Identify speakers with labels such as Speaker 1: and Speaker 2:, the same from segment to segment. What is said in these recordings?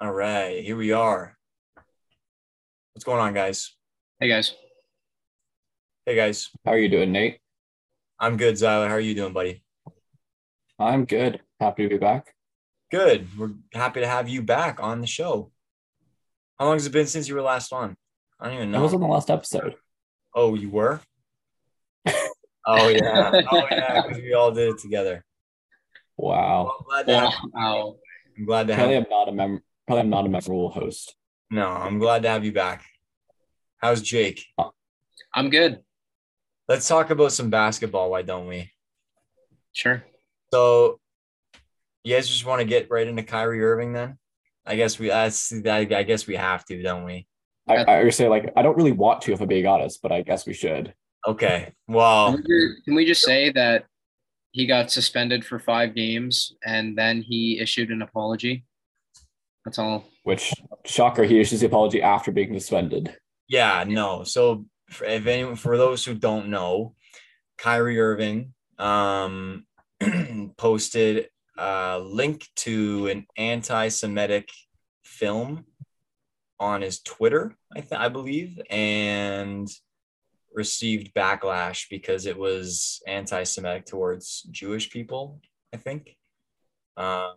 Speaker 1: All right, here we are. What's going on, guys?
Speaker 2: Hey guys,
Speaker 1: Hey, guys.
Speaker 3: How are you doing, Nate?
Speaker 1: I'm good, Zyla. How are you doing, buddy?
Speaker 3: I'm good. Happy to be back.
Speaker 1: Good. We're happy to have you back on the show. How long has it been since you were last on? I don't even
Speaker 3: That was on
Speaker 1: know.
Speaker 3: the last episode.
Speaker 1: Oh, you were? oh, yeah. Oh, yeah. Because we all did it together.
Speaker 3: Wow.
Speaker 1: Well, I'm glad to have,
Speaker 2: wow,
Speaker 1: I'm glad to have
Speaker 3: Probably I'm not a mem- probably I'm not a memorable host.
Speaker 1: No, I'm glad to have you back. How's Jake?
Speaker 2: I'm good.
Speaker 1: Let's talk about some basketball. Why don't we?
Speaker 2: Sure.
Speaker 1: So, you guys just want to get right into Kyrie Irving then? I guess we. That's, I, I guess we have to, don't we?
Speaker 3: I, I would say like I don't really want to if I'm being honest, but I guess we should.
Speaker 1: Okay. Well,
Speaker 2: Can we- Can we just say that he got suspended for five games and then he issued an apology? That's all.
Speaker 3: Which shocker, he issues the apology after being suspended.
Speaker 1: yeah, no. So, for, if anyone, for those who don't know, Kyrie Irving um, posted a link to an anti-Semitic film on his Twitter, I, th- I believe, and received backlash because it was anti-Semitic towards Jewish people. I think. Um,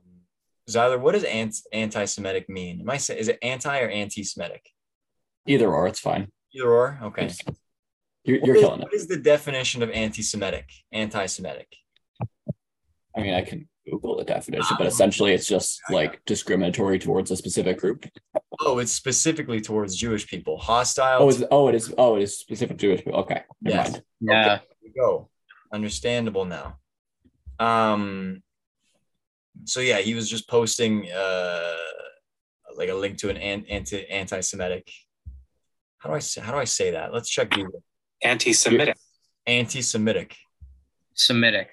Speaker 1: Zyler, what does ant- anti-Semitic mean? Am I say is it anti or anti-Semitic?
Speaker 3: Either or, it's fine.
Speaker 1: Either or, okay.
Speaker 3: Just- You're,
Speaker 1: What
Speaker 3: you're
Speaker 1: is-
Speaker 3: killing it.
Speaker 1: What is the definition of anti-Semitic? Anti-Semitic.
Speaker 3: I mean, I can Google the definition, but essentially it's just like discriminatory towards a specific group.
Speaker 1: Oh, it's specifically towards Jewish people. Hostile.
Speaker 3: Oh,
Speaker 1: Oh,
Speaker 3: is oh it is oh it is specific Jewish people. Okay, never
Speaker 1: Yes.
Speaker 3: mind.
Speaker 2: Yeah.
Speaker 1: go. Understandable now. Um. So yeah, he was just posting uh, like a link to an an- anti anti-Semitic. How do I say, how do I say that? Let's check Google.
Speaker 4: anti-Semitic.
Speaker 1: Anti-Semitic.
Speaker 2: Semitic.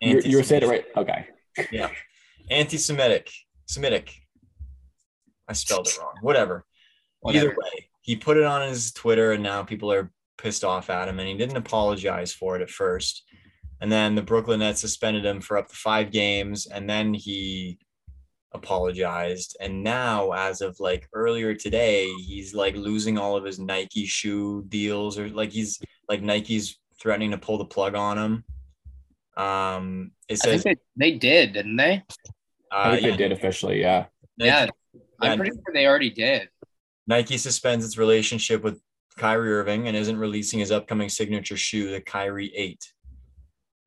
Speaker 3: You you were saying it
Speaker 1: Anti-Semitic.
Speaker 3: right. Okay.
Speaker 1: Anti-Semitic. Semitic. I spelled it wrong. Whatever.
Speaker 2: Whatever.
Speaker 1: Either way, he put it on his Twitter, and now people are pissed off at him, and he didn't apologize for it at first. And then the Brooklyn Nets suspended him for up to five games, and then he apologized. And now, as of like earlier today, he's like losing all of his Nike shoe deals, or like he's like Nike's threatening to pull the plug on him. Um, it
Speaker 2: I think
Speaker 1: says,
Speaker 2: they, they did, didn't they?
Speaker 3: I
Speaker 1: uh,
Speaker 3: think
Speaker 1: yeah,
Speaker 3: they did officially, yeah.
Speaker 1: Nike-
Speaker 2: Yeah.
Speaker 1: Yeah.
Speaker 2: I'm pretty sure they already did.
Speaker 1: Nike suspends its relationship with Kyrie Irving and isn't releasing his upcoming signature shoe, the Kyrie 8.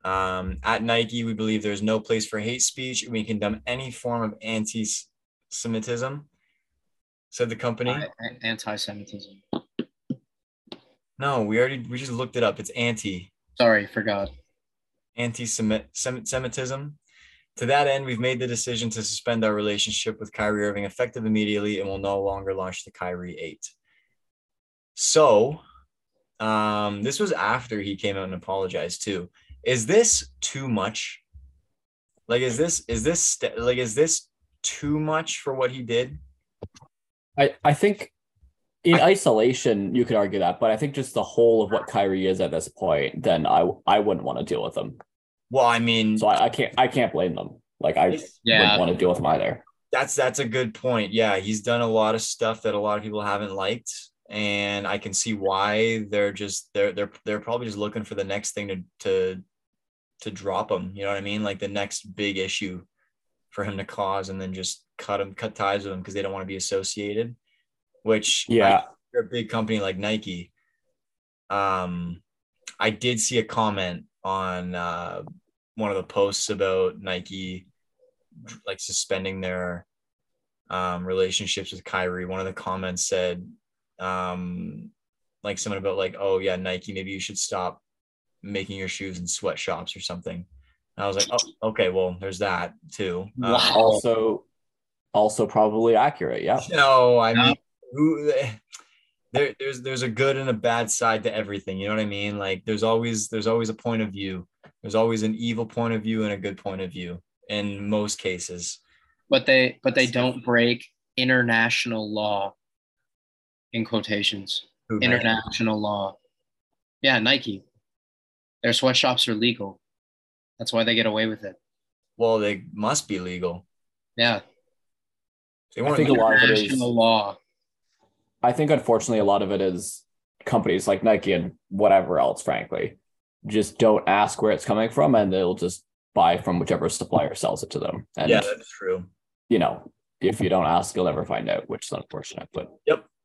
Speaker 1: Um, at Nike, we believe there's no place for hate speech and we condemn any form of anti Semitism, said the company.
Speaker 2: An- Anti-Semitism.
Speaker 1: No, we already, we just looked it up. It's anti.
Speaker 2: Sorry, forgot.
Speaker 1: anti-Semitism. To that end, we've made the decision to suspend our relationship with Kyrie Irving effective immediately and will no longer launch the Kyrie 8. So, um, this was after he came out and apologized too. Is this too much? Like, is this is this st- like is this too much for what he did?
Speaker 3: I, I think in isolation you could argue that, but I think just the whole of what Kyrie is at this point, then I I wouldn't want to deal with them.
Speaker 1: Well, I mean,
Speaker 3: So I, I can't I can't blame them. Like I
Speaker 1: it's-
Speaker 2: Yeah.
Speaker 3: wouldn't want to deal with them either.
Speaker 1: that's that's a good point. Yeah, he's done a lot of stuff that a lot of people haven't liked, and I can see why they're just they're they're they're probably just looking for the next thing to to to drop him. You know what I mean? Like the next big issue for him to cause, and then just cut him cut ties with him because they don't want to be associated. Which I
Speaker 3: Yeah.
Speaker 1: you're a big company like Nike. Um, I did see a comment on uh, one of the posts about Nike like suspending their um, relationships with Kyrie. One of the comments said, um, like someone about like, oh yeah, Nike, maybe you should stop making your shoes in sweatshops or something. And I was like, oh, okay, well, there's that too. Um,
Speaker 2: Wow.
Speaker 3: Also also probably accurate. Yeah.
Speaker 1: no, I
Speaker 2: No.
Speaker 1: mean, who, there, there's there's a good and a bad side to everything. You know what I mean? Like, there's always there's always a point of view. There's always an evil point of view and a good point of view in most cases.
Speaker 2: But they but they don't break international law. In quotations.
Speaker 1: Who-
Speaker 2: international law. Yeah, Nike. Their sweatshops are legal. That's why they get away with it.
Speaker 1: Well, they must be legal.
Speaker 2: Yeah.
Speaker 1: They
Speaker 3: I think a lot of it is.
Speaker 2: National law.
Speaker 3: I think unfortunately a lot of it is companies like Nike and whatever else, frankly, just don't ask where it's coming from, and they'll just buy from whichever supplier sells it to them. And
Speaker 1: yeah, that's true.
Speaker 3: you know, if you don't ask, you'll never find out, which is unfortunate. But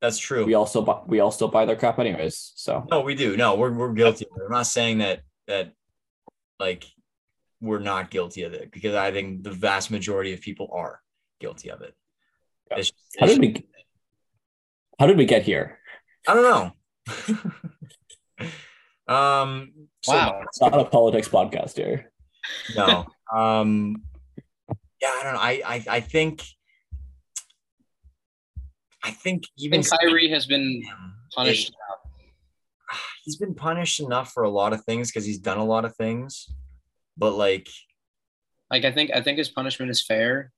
Speaker 1: That's true.
Speaker 3: we also buy, we all still buy their crap anyways. So
Speaker 1: No, we do. No, we're we're guilty. I'm not saying that that like we're not guilty of it because I think the vast majority of people are guilty of it.
Speaker 3: Yeah.
Speaker 1: It's-
Speaker 3: how
Speaker 1: it's-
Speaker 3: did we how did we get here?
Speaker 1: I don't know. um. so-
Speaker 2: Wow.
Speaker 3: It's not a politics podcast here.
Speaker 1: no. Um, yeah, I don't know. I, I I think I think even
Speaker 2: Even Kyrie has been
Speaker 1: Sam
Speaker 2: punished.
Speaker 1: he's been punished enough for a lot of things because he's done a lot of things, but like
Speaker 2: Like I think I think his punishment is fair,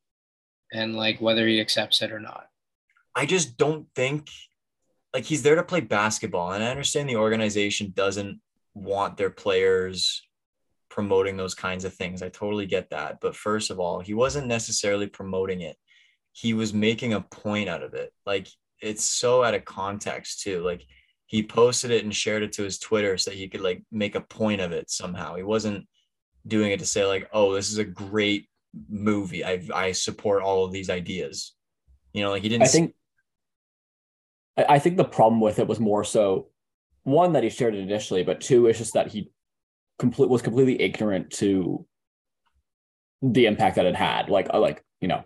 Speaker 2: and like whether he accepts it or not.
Speaker 1: I just don't think like he's there to play basketball, and I understand the organization doesn't want their players promoting those kinds of things. I totally get that, but first of all, he wasn't necessarily promoting it. He was making a point out of it. Like it's so out of context too. Like he posted it and shared it to his Twitter so that he could like make a point of it somehow. He wasn't doing it to say like, "Oh, this is a great movie. I I support all of these ideas." You know, like he didn't
Speaker 3: I think I I think the problem with it was more so one that he shared it initially, but two is just that he complete was completely ignorant to the impact that it had. Like uh, like you know,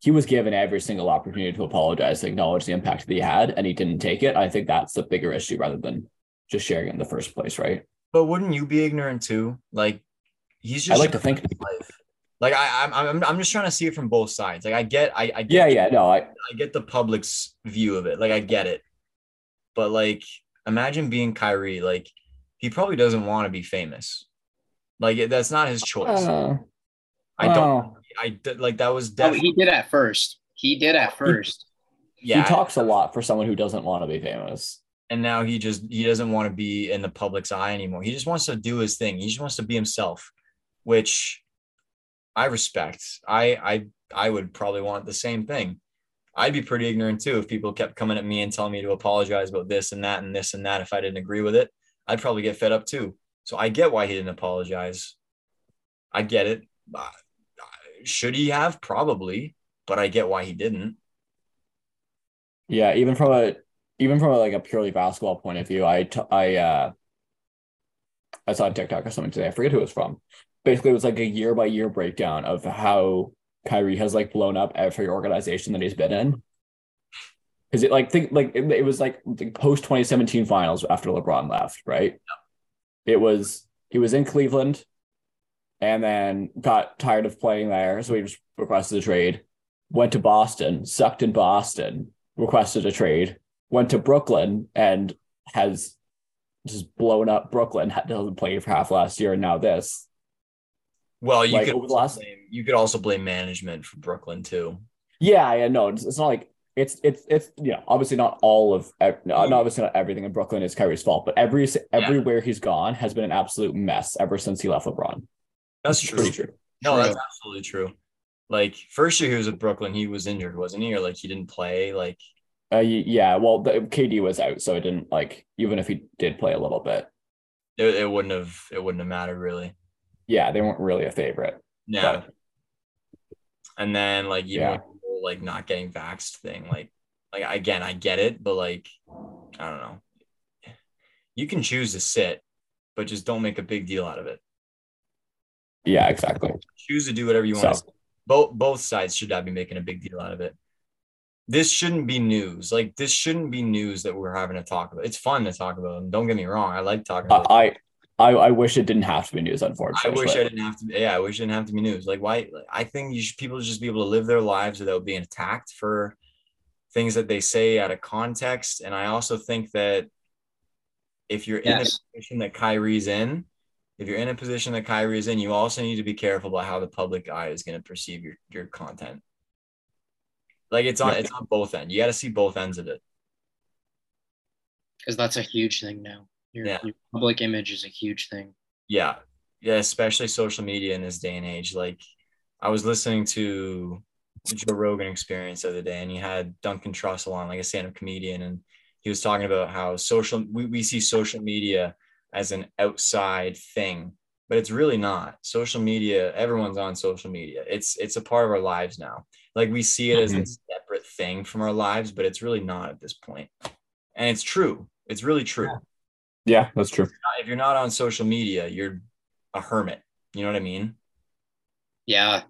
Speaker 3: he was given every single opportunity to apologize, to acknowledge the impact that he had, and he didn't take it. I think that's the bigger issue rather than just sharing it in the first place, right?
Speaker 1: But wouldn't you be ignorant too? Like he's
Speaker 3: I
Speaker 1: just
Speaker 3: like to think.
Speaker 1: life. Like I, I'm, I'm, I'm just trying to see it from both sides. Like I get, I, I get,
Speaker 3: Yeah, yeah, no, I
Speaker 1: I get the public's view of it. Like I get it. But like, imagine being Kyrie. Like he probably doesn't want to be famous. Like that's not his choice.
Speaker 3: uh,
Speaker 1: I don't.
Speaker 3: well,
Speaker 1: I d- like that was
Speaker 2: Oh,
Speaker 1: definitely.
Speaker 2: he did at first. He did at first.
Speaker 1: yeah.
Speaker 3: he talks a lot for someone who doesn't want to be famous.
Speaker 1: and now he just he doesn't want to be in the public's eye anymore. He just wants to do his thing. He just wants to be himself, which I respect. I I I would probably want the same thing. I'd be pretty ignorant too if people kept coming at me and telling me to apologize about this and that and this and that if I didn't agree with it. I'd probably get fed up too. So I get why he didn't apologize. I get it. Uh, Should he have? Probably, but I get why he didn't.
Speaker 3: Yeah, even from a even from a, like a purely basketball point of view, I t- I uh I saw on TikTok or something today. I forget who it was from. Basically, it was like a year by year breakdown of how Kyrie has like blown up every organization that he's been in. Is it like think like it, it was like post twenty seventeen finals after LeBron left, right? It was he was in Cleveland, and then got tired of playing there, so he just requested a trade. Went to Boston, sucked in Boston, requested a trade, went to Brooklyn and has just blown up Brooklyn, ha- doesn't play for half last year, and now this.
Speaker 1: Well, you
Speaker 3: Like,
Speaker 1: could
Speaker 3: over the
Speaker 1: also
Speaker 3: last-
Speaker 1: blame, you could also blame management for Brooklyn too.
Speaker 3: Yeah, yeah, no, it's, it's not like it's it's it's you know obviously not all of ev- no, not obviously not everything in Brooklyn is Kyrie's fault, but every si- everywhere he's gone has been an absolute mess ever since he left LeBron.
Speaker 1: That's
Speaker 3: It's
Speaker 1: true.
Speaker 3: pretty true.
Speaker 1: No,
Speaker 2: True.
Speaker 1: that's absolutely true. Like first year he was with Brooklyn, he was injured, wasn't he? Or like he didn't play. Like
Speaker 3: Uh, y- yeah, well, the, KD was out, so it didn't like even if he did play a little bit,
Speaker 1: it, it wouldn't have it wouldn't have mattered really.
Speaker 3: yeah, they weren't really a favorite.
Speaker 1: Yeah.
Speaker 3: But-
Speaker 1: and then like you know
Speaker 3: Yeah.
Speaker 1: the whole, like not getting vaxxed thing. Like like again, I get it, but like I don't know. You can choose to sit, but just don't make a big deal out of it.
Speaker 3: Yeah, exactly.
Speaker 1: choose to do whatever you want.
Speaker 3: So-
Speaker 1: Both both sides should not be making a big deal out of it. This shouldn't be news. Like this shouldn't be news that we're having to talk about. It's fun to talk about them. Don't get me wrong. I like talking about.
Speaker 3: I, I I wish it didn't have to be news,
Speaker 1: it. I
Speaker 3: unfortunately.
Speaker 1: wish I didn't have to. Yeah, I wish it didn't have to be news. Like why? like, I think you should people should just be able to live their lives without being attacked for things that they say out of context. And I also think that if you're in a
Speaker 2: Yes.
Speaker 1: position that Kyrie's in, if you're in a position that Kyrie's in, you also need to be careful about how the public eye is going to perceive your your content. Like it's on
Speaker 3: Yeah.
Speaker 1: it's on both ends. You got to see both ends of it.
Speaker 2: because that's a huge thing now. Your,
Speaker 1: Yeah.
Speaker 2: your public image is a huge thing.
Speaker 1: Yeah, yeah, especially social media in this day and age. Like I was listening to the Joe Rogan experience the other day, and you had Duncan Trussell on, like a stand-up comedian, and he was talking about how social we, we see social media as an outside thing, but it's really not. Social media, everyone's on social media. It's it's a part of our lives now. Like we see it as
Speaker 3: Mhm.
Speaker 1: a separate thing from our lives, but it's really not at this point. And it's true. It's really true.
Speaker 3: Yeah, that's true.
Speaker 1: If you're not on social media, you're a hermit. You know what I mean?
Speaker 2: Yeah.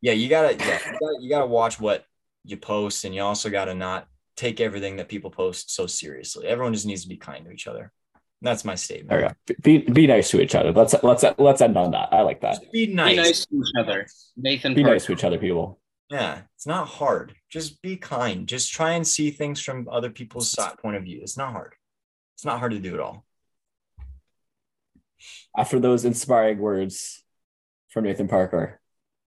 Speaker 1: yeah, you gotta, yeah, you gotta, you gotta watch what you post, and you also gotta not take everything that people post so seriously. Everyone just needs to be kind to each other. And that's my
Speaker 3: There
Speaker 1: statement.
Speaker 3: we go. Be be nice to each other. Let's let's let's end on that. I like that.
Speaker 1: Just be nice.
Speaker 2: Be nice to each other. Nathan
Speaker 3: Be
Speaker 2: Park.
Speaker 3: nice to each other, people.
Speaker 1: Yeah, it's not hard. Just be kind. Just try and see things from other people's side point of view. It's not hard. It's not hard to do at all.
Speaker 3: After Uh, those inspiring words from Nathan Parker,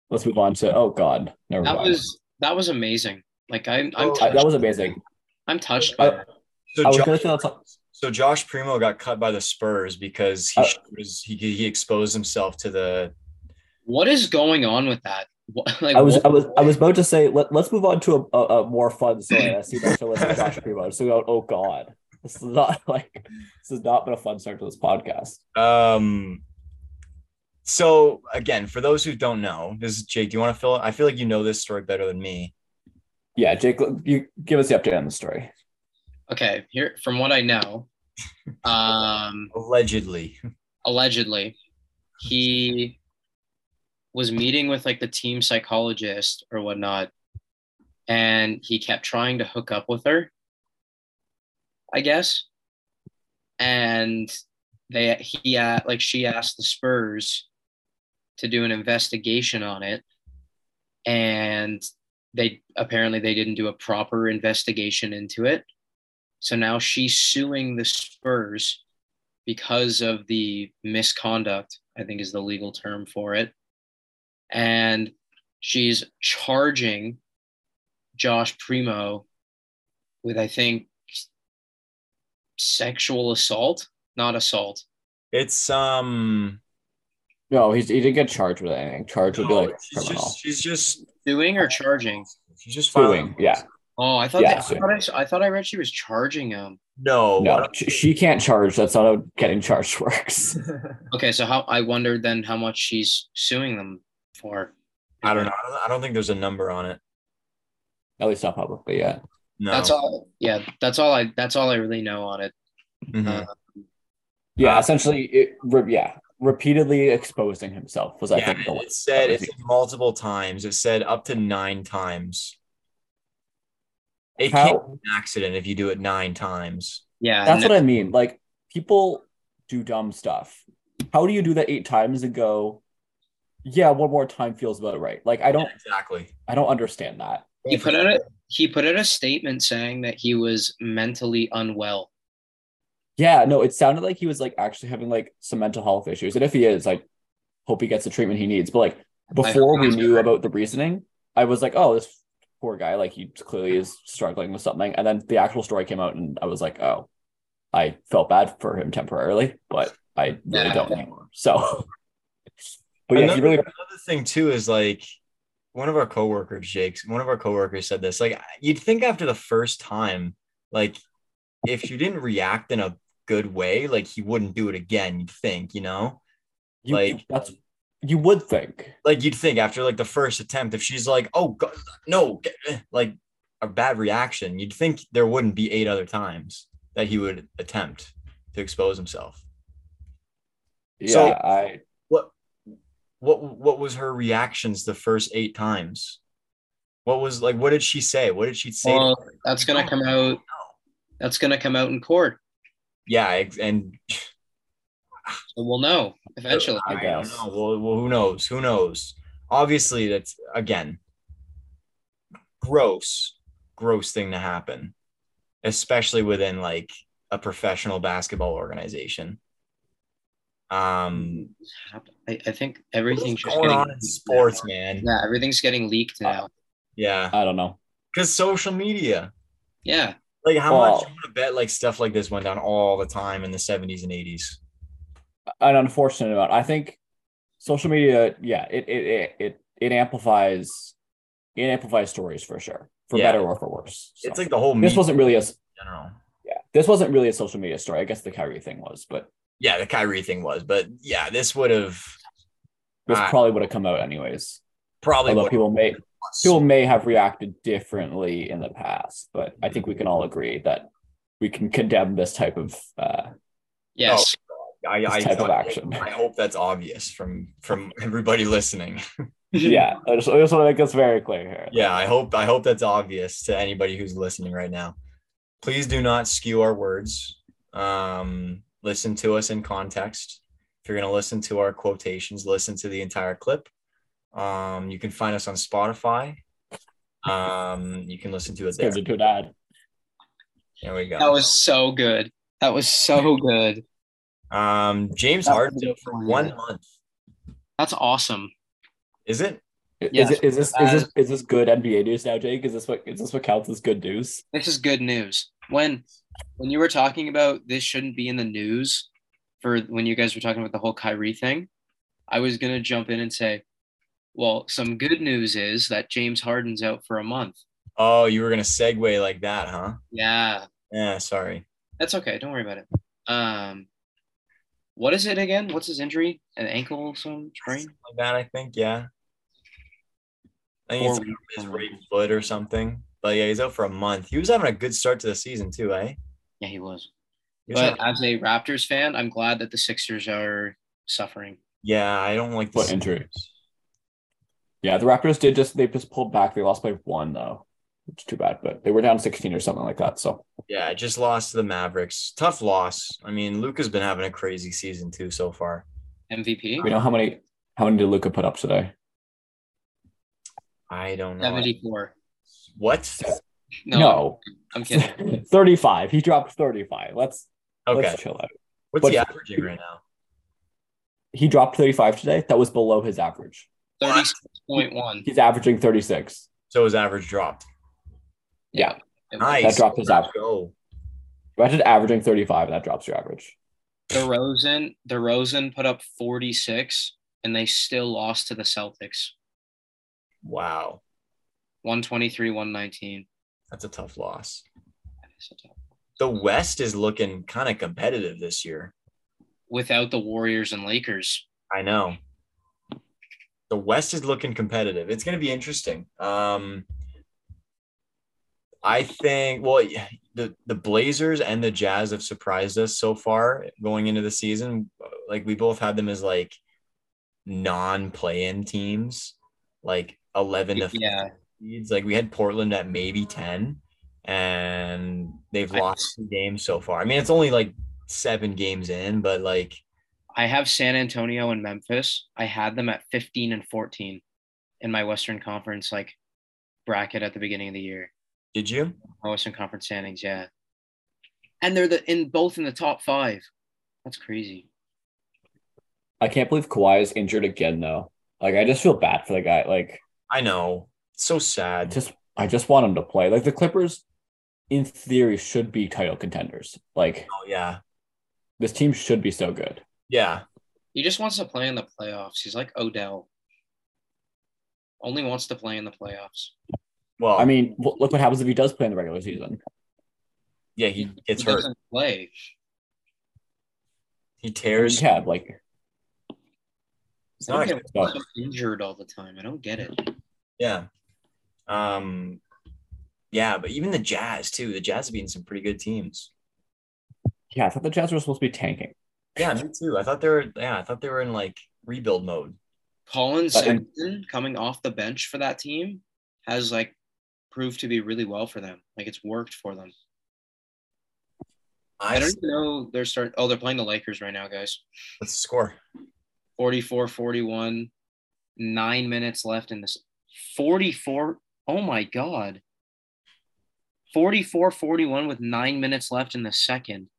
Speaker 3: let's move on to oh god, never
Speaker 2: That
Speaker 3: mind.
Speaker 2: was that was amazing. Like I'm I'm
Speaker 1: Oh,
Speaker 3: I-
Speaker 2: touched,
Speaker 3: that was amazing.
Speaker 2: I'm touched by
Speaker 3: I,
Speaker 2: that.
Speaker 1: So
Speaker 3: I was
Speaker 1: Josh,
Speaker 3: gonna say let's talk-
Speaker 1: so Josh Primo got cut by the Spurs because he
Speaker 3: Uh,
Speaker 1: was he, he exposed himself to the
Speaker 2: What is going on with that? What, like
Speaker 3: I was
Speaker 2: what-
Speaker 3: I was I was about to say let, let's move on to a, a, a more fun story. I see that list of Josh Primo. So go, oh god. This is not like this has not been a fun start to this podcast.
Speaker 1: Um. So again, for those who don't know, this is Jake. Do you want to fill? I feel like you know this story better than me.
Speaker 3: Yeah, Jake, you give us the update on the story.
Speaker 2: okay, here from what I know, um
Speaker 1: Allegedly,
Speaker 2: allegedly he was meeting with like the team psychologist or whatnot and he kept trying to hook up with her i guess and they he uh, like she asked the spurs to do an investigation on it and they apparently they didn't do a proper investigation into it so now she's suing the spurs because of the misconduct, I think is the legal term for it. And she's charging Josh Primo with, I think, sexual assault, not assault.
Speaker 1: it's um. oh,
Speaker 3: No, he's, he didn't get charged with anything. Charged would be like
Speaker 1: she's
Speaker 3: criminal.
Speaker 1: just she's just
Speaker 2: Suing or charging?
Speaker 1: she's just
Speaker 3: Suing, yeah.
Speaker 2: Oh, I thought,
Speaker 3: Yeah,
Speaker 2: that-
Speaker 3: suing.
Speaker 2: I, thought I, I thought I read she was charging him.
Speaker 1: No,
Speaker 3: No, sh- she can't charge. That's not how getting charged works.
Speaker 2: Okay, so how I wondered then how much she's suing them for.
Speaker 1: I don't know. I don't, I don't think there's a number on it.
Speaker 3: At least not publicly yet.
Speaker 1: No,
Speaker 2: That's all. Yeah, that's all I. That's all I really know on it.
Speaker 1: Mhm.
Speaker 3: Yeah,
Speaker 1: Uh,
Speaker 3: essentially, it, re- yeah, repeatedly exposing himself was I
Speaker 1: yeah,
Speaker 3: think the
Speaker 1: it
Speaker 3: last.
Speaker 1: said
Speaker 3: that
Speaker 1: it
Speaker 3: was
Speaker 1: said multiple times. It said up to nine times. It can't
Speaker 3: How,
Speaker 1: be an accident if you do it nine times.
Speaker 2: Yeah, and
Speaker 3: that's what I mean. Like people do dumb stuff. How do you do that eight times and go? Yeah, one more time feels about right. Like I don't,
Speaker 1: Exactly.
Speaker 3: I don't understand that.
Speaker 2: He put out a he put out a statement saying that he was mentally unwell.
Speaker 3: Yeah, no, it sounded like he was like actually having like some mental health issues. And if he is, like, hope he gets the treatment he needs. But like before we knew about the reasoning, I was like, oh, this poor guy, like he clearly is struggling with something. And then the actual story came out, and I was like, oh, I felt bad for him temporarily, but I really
Speaker 2: Yeah.
Speaker 3: don't anymore. So, but yeah, he
Speaker 1: another,
Speaker 3: really
Speaker 1: another thing too is like one of our coworkers, Jake's one of our coworkers said this. Like you'd think after the first time, like if you didn't react in a good way, like he wouldn't do it again. You'd think, you know,
Speaker 3: you,
Speaker 1: like-
Speaker 3: that's you would think.
Speaker 1: like you'd think after like the first attempt, if she's like, "Oh God, no," get- eh," like a bad reaction, you'd think there wouldn't be eight other times that he would attempt to expose himself.
Speaker 3: Yeah,
Speaker 1: So-
Speaker 3: I
Speaker 1: What, what, what was her reactions the first eight times? What was like? What did she say? What did she say? to
Speaker 2: Well,
Speaker 1: her?
Speaker 2: that's gonna come
Speaker 1: Oh,
Speaker 2: out. That's gonna come out in court.
Speaker 1: Yeah, ex- and
Speaker 2: So we'll know eventually.
Speaker 3: I
Speaker 1: I, don't
Speaker 3: guess.
Speaker 1: know. Well, well, who knows? Who knows? Obviously, that's again gross, gross thing to happen, especially within like a professional basketball organization. Um,
Speaker 2: I, I think
Speaker 1: what's
Speaker 2: everything's just
Speaker 1: going
Speaker 2: getting
Speaker 1: on in sports, man. Oh.
Speaker 2: Yeah, everything's getting leaked now.
Speaker 1: Yeah,
Speaker 3: I don't know.
Speaker 1: because social media.
Speaker 2: Yeah,
Speaker 1: Like, how
Speaker 3: Well-
Speaker 1: much you want to bet like stuff like this went down all the time in the seventies and eighties?
Speaker 3: an unfortunate amount. I think social media, yeah, it it it it, it amplifies it amplifies stories for sure, for
Speaker 1: Yeah.
Speaker 3: better or for worse. So
Speaker 1: It's like the whole
Speaker 3: this
Speaker 1: meme
Speaker 3: wasn't really a
Speaker 1: in general.
Speaker 3: yeah, this wasn't really a social media story. I guess the Kyrie thing was, but
Speaker 1: Yeah, the Kyrie thing was, but yeah, this would have
Speaker 3: this
Speaker 1: Ah.
Speaker 3: probably would have come out anyways.
Speaker 1: probably
Speaker 3: Although
Speaker 1: would
Speaker 3: people may people may have reacted differently in the past, but I think we can all agree that we can condemn this type of uh,
Speaker 2: Yes.
Speaker 1: I, I,
Speaker 3: this type of
Speaker 1: thought-
Speaker 3: action.
Speaker 1: I hope that's obvious from from everybody listening.
Speaker 3: yeah, I just, I just want to make this very clear here.
Speaker 1: Yeah, I hope I hope that's obvious to anybody who's listening right now. Please do not skew our words. Um, listen to us in context. If you're going to listen to our quotations, listen to the entire clip. Um, you can find us on Spotify. Um, you can listen to it
Speaker 3: It's good
Speaker 1: there.
Speaker 3: to do that.
Speaker 1: There we go.
Speaker 2: That was so good. That was so good.
Speaker 1: um, James
Speaker 2: That
Speaker 1: Harden
Speaker 2: was a
Speaker 1: for
Speaker 2: good
Speaker 1: one
Speaker 2: one.
Speaker 1: month.
Speaker 2: That's awesome.
Speaker 1: Is it?
Speaker 3: Is
Speaker 2: Yeah. Um,
Speaker 3: it- is this is this is this good NBA news now, Jake? Is this what is this what counts as good news?
Speaker 2: This is good news. When when you were talking about this shouldn't be in the news for when you guys were talking about the whole Kyrie thing, I was gonna jump in and say, well, some good news is that James Harden's out for a month.
Speaker 1: Oh, you were going to segue like that, huh?
Speaker 2: Yeah,
Speaker 1: Yeah, sorry.
Speaker 2: that's okay. Don't worry about it. Um, what is it again? What's his injury? An ankle, some sprain?
Speaker 1: Something Like that, I think. Yeah. I think it's
Speaker 2: Or-
Speaker 1: his right foot or something. But yeah, he's out for a month. He was having a good start to the season too, eh?
Speaker 2: Yeah, he was.
Speaker 1: He was
Speaker 2: But
Speaker 1: having-
Speaker 2: as a Raptors fan, I'm glad that the Sixers are suffering.
Speaker 1: yeah, I don't like
Speaker 3: What
Speaker 1: this.
Speaker 3: injury? Yeah, the Raptors did just they just pulled back. They lost by one though, which is too bad. But they were down sixteen or something like that. So
Speaker 1: Yeah, I just lost to the Mavericks. Tough loss. I mean, Luca's been having a crazy season too so far.
Speaker 3: we
Speaker 2: MVP
Speaker 3: know how many how many did Luca put up today?
Speaker 1: I don't know.
Speaker 2: 74.
Speaker 1: What?
Speaker 2: No, I'm kidding.
Speaker 3: thirty five. He dropped thirty five. Let's
Speaker 1: Okay.
Speaker 3: let's chill out.
Speaker 1: What's
Speaker 3: What's-
Speaker 1: he averaging right now?
Speaker 3: He dropped thirty five today. That was below his average.
Speaker 1: What?
Speaker 2: 36.1.
Speaker 3: He's averaging thirty six.
Speaker 1: So his average dropped.
Speaker 3: Yeah.
Speaker 1: Nice.
Speaker 3: That dropped his
Speaker 1: Let's
Speaker 3: average.
Speaker 1: Go.
Speaker 3: Imagine averaging thirty five. That drops your average.
Speaker 2: DeRozan, DeRozan put up 46, and they still lost to the Celtics.
Speaker 1: Wow.
Speaker 2: 123, 119.
Speaker 1: That's a tough loss.
Speaker 2: So tough.
Speaker 1: The West is looking kind of competitive this year.
Speaker 2: Without the Warriors and Lakers.
Speaker 1: I know. The West is looking competitive. It's going to be interesting. Um, I think. Well, yeah, the the Blazers and the Jazz have surprised us so far going into the season. Like we both had them as like non-play-in teams, like eleven to
Speaker 2: Yeah.
Speaker 1: seeds. Like we had Portland at maybe 10, and they've
Speaker 2: I-
Speaker 1: lost two games so far. I mean, it's only like seven games in, but like
Speaker 2: I have San Antonio and Memphis. I had them at 15 and 14 in my Western Conference like bracket at the beginning of the year.
Speaker 1: did you?
Speaker 2: My Western Conference standings, yeah. And they're the in both in the top five. That's crazy.
Speaker 3: I can't believe Kawhi is injured again though. Like I just feel bad for the guy. Like
Speaker 1: I know. It's so
Speaker 3: I
Speaker 1: sad.
Speaker 3: just I just want him to play. Like the Clippers, in theory, should be title contenders. Like
Speaker 1: Oh yeah.
Speaker 3: this team should be so good.
Speaker 1: Yeah.
Speaker 2: He just wants to play in the playoffs. He's like Odell. Only wants to play in the playoffs.
Speaker 1: Well,
Speaker 3: I mean, w- look what happens if he does play in the regular season.
Speaker 1: yeah, he gets
Speaker 2: he
Speaker 1: hurt.
Speaker 2: doesn't play.
Speaker 1: He
Speaker 3: There's
Speaker 1: tears.
Speaker 3: Cab, like
Speaker 1: It's
Speaker 2: I
Speaker 1: not
Speaker 2: don't
Speaker 1: good.
Speaker 2: get why he's injured all the time. I don't get it.
Speaker 1: Yeah. Um. Yeah, but even the Jazz too. The Jazz have beaten some pretty good teams.
Speaker 3: yeah, I thought the Jazz were supposed to be tanking.
Speaker 1: Yeah, me too. I thought they were. Yeah, I thought they were in like rebuild mode.
Speaker 2: Colin
Speaker 3: But- and-
Speaker 2: Sexton coming off the bench for that team has like proved to be really well for them. Like it's worked for them. I
Speaker 1: I
Speaker 2: don't
Speaker 1: don't.
Speaker 2: even know they're starting. Oh, they're playing the Lakers right now, guys.
Speaker 1: What's the score?
Speaker 2: 44 41 9 minutes left in this 44 oh my god 44 41 with 9 minutes left in the second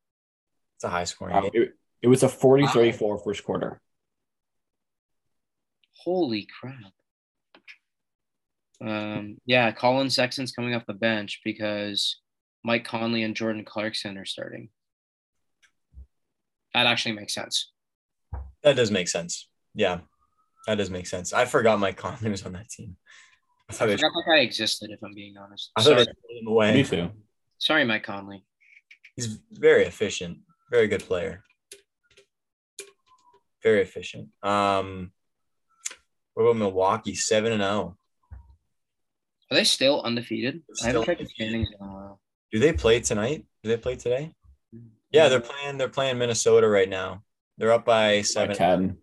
Speaker 1: It's a high scoring
Speaker 3: Wow,
Speaker 1: game.
Speaker 3: It, it was a 40-34 first quarter.
Speaker 2: holy crap um yeah Colin Sexton's coming off the bench because Mike Conley and Jordan Clarkson are starting that actually makes sense
Speaker 1: That does make sense. Yeah, that does make sense. I forgot my Conley was on that team. I
Speaker 2: I
Speaker 1: thought they,
Speaker 2: forgot that guy existed, if I'm being honest.
Speaker 1: I thought they
Speaker 2: Sorry,
Speaker 1: threw him
Speaker 3: Me
Speaker 1: away.
Speaker 3: too.
Speaker 2: sorry, Mike Conley.
Speaker 1: He's very efficient, very good player. Very efficient. Um, what about Milwaukee? Seven and oh. zero.
Speaker 2: Are they still undefeated? I
Speaker 1: Still
Speaker 2: haven't checked
Speaker 1: undefeated.
Speaker 2: the standings in a while.
Speaker 1: Do they play tonight? Do they play today? Yeah, they're playing. They're playing Minnesota right now. They're up by
Speaker 3: By
Speaker 1: seven.
Speaker 3: ten.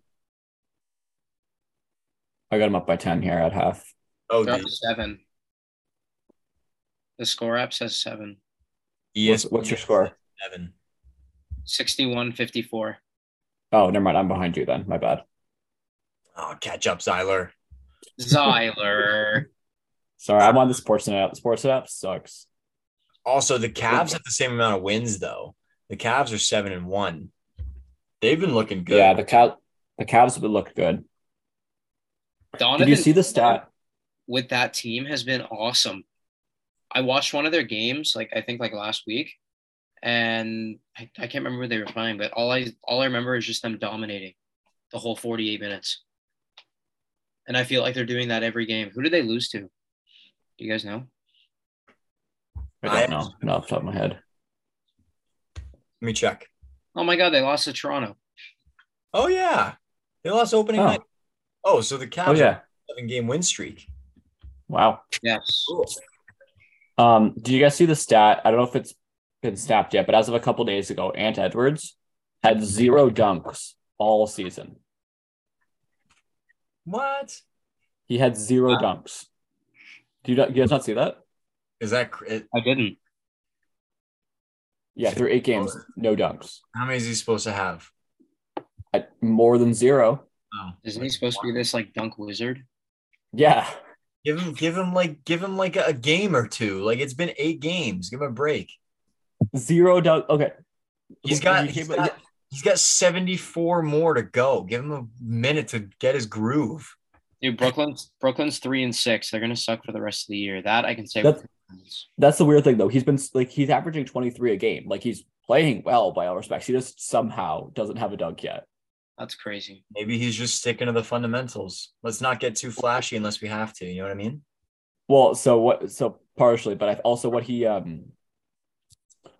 Speaker 3: I got him up by ten here at half.
Speaker 1: Oh,
Speaker 2: They're up
Speaker 1: geez.
Speaker 2: to seven. The score app says seven.
Speaker 1: yes.
Speaker 3: What's your score?
Speaker 1: Seven.
Speaker 2: 61 54.
Speaker 3: Oh, never mind. I'm behind you then. My bad.
Speaker 1: Oh, catch up, Zyler.
Speaker 2: Zyler.
Speaker 3: Sorry, I'm on the sports app. The sports app sucks.
Speaker 1: Also, the Cavs have the same amount of wins though. The Cavs are seven and one. They've been looking good.
Speaker 3: Yeah, the cat the Cavs would look good.
Speaker 2: Donovan
Speaker 3: Did you see the stat?
Speaker 2: with that team has been awesome. I watched one of their games, like I think like last week, and I, I can't remember who they were playing, but all I all I remember is just them dominating the whole 48 minutes. And I feel like they're doing that every game. Who did they lose to? Do you guys know?
Speaker 3: I don't know. Not off the top of my head.
Speaker 1: Let me check.
Speaker 2: Oh my god, they lost to Toronto.
Speaker 1: Oh yeah, they lost opening
Speaker 3: Oh,
Speaker 1: night. Oh, so the Cavs
Speaker 3: oh yeah.
Speaker 1: seven game win streak.
Speaker 3: Wow.
Speaker 2: Yes.
Speaker 1: Cool.
Speaker 3: Um, do you guys see the stat? I don't know if it's been snapped yet, but as of a couple days ago, Ant Edwards had zero dunks all season.
Speaker 1: What
Speaker 3: He had zero dunks. Do you, not, you guys not see that?
Speaker 1: is that? cr- it-
Speaker 2: I didn't.
Speaker 3: Yeah, through eight games, no dunks.
Speaker 1: How many is he supposed to have?
Speaker 3: At more than zero.
Speaker 1: Oh,
Speaker 2: Isn't he supposed to be this like dunk wizard?
Speaker 3: Yeah.
Speaker 1: Give him, give him like, give him like a, a game or two. Like it's been eight games. Give him a break.
Speaker 3: Zero dunk. Okay.
Speaker 1: He's
Speaker 3: You
Speaker 1: got,
Speaker 3: keep-
Speaker 1: he's got, he's got seventy four more to go. Give him a minute to get his groove.
Speaker 2: Dude, Brooklyn's Brooklyn's three and six. They're gonna suck for the rest of the year. That I can say.
Speaker 3: That's-
Speaker 2: with confidence.
Speaker 3: that's the weird thing though. He's been like he's averaging 23 a game. Like he's playing well by all respects. He just somehow doesn't have a dunk yet.
Speaker 2: That's crazy.
Speaker 1: Maybe he's just sticking to the fundamentals. Let's not get too flashy unless we have to. You know what I mean?
Speaker 3: Well, so what so partially, but I also what he um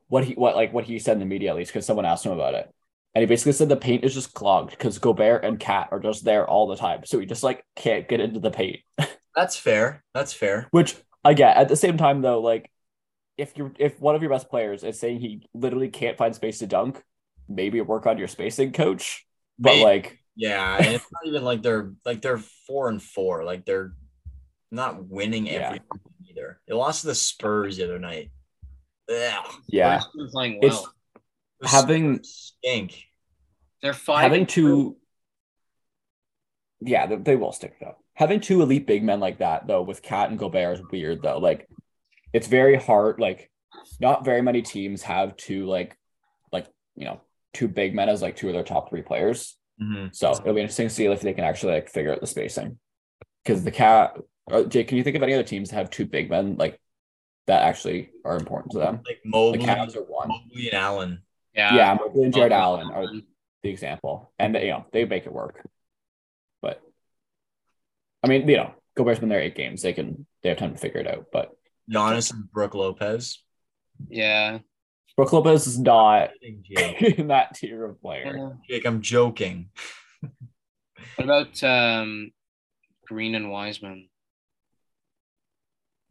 Speaker 3: what he what like what he said in the media at least because someone asked him about it. And he basically said the paint is just clogged because Gobert and Cat are just there all the time. So he just like can't get into the paint.
Speaker 1: That's fair. That's fair.
Speaker 3: Which I get. At the same time, though, like if you are if one of your best players is saying he literally can't find space to dunk, maybe work on your spacing coach. But
Speaker 1: Maybe.
Speaker 3: like,
Speaker 1: Yeah, and it's not even like they're like they're four and four. Like they're not winning
Speaker 3: Yeah.
Speaker 1: everything either. They lost to the Spurs the other night. Ugh,
Speaker 3: yeah,
Speaker 2: Brooklyn's playing well.
Speaker 3: It's- having
Speaker 1: stink.
Speaker 2: They're five.
Speaker 3: having
Speaker 2: and two.
Speaker 3: two, yeah, they, they will stick though. Having two elite big men like that though, with Cat and Gobert, is weird though. Like, it's very hard. Like, not very many teams have two like, like you know, two big men as like two of their top three players.
Speaker 1: Mhm.
Speaker 3: So it'll be interesting to see if they can actually like figure out the spacing. Because the cat, or Jake, can you think of any other teams that have two big men like that actually are important to them?
Speaker 1: Like
Speaker 3: The
Speaker 1: Mobley,
Speaker 3: Cavs are one.
Speaker 1: Mobley and Allen.
Speaker 2: Yeah.
Speaker 3: Yeah, Mobley and Jared
Speaker 2: Oh,
Speaker 3: Allen are the example, and they, you know they make it work. But I mean, you know, Gobert's been there eight games. They can they have time to figure it out. But
Speaker 1: Giannis and Brooke Lopez.
Speaker 2: Yeah.
Speaker 3: Brooke Lopez is not
Speaker 1: Jake,
Speaker 3: in that tier of player.
Speaker 2: What
Speaker 1: I'm joking.
Speaker 2: about um, Green and Wiseman?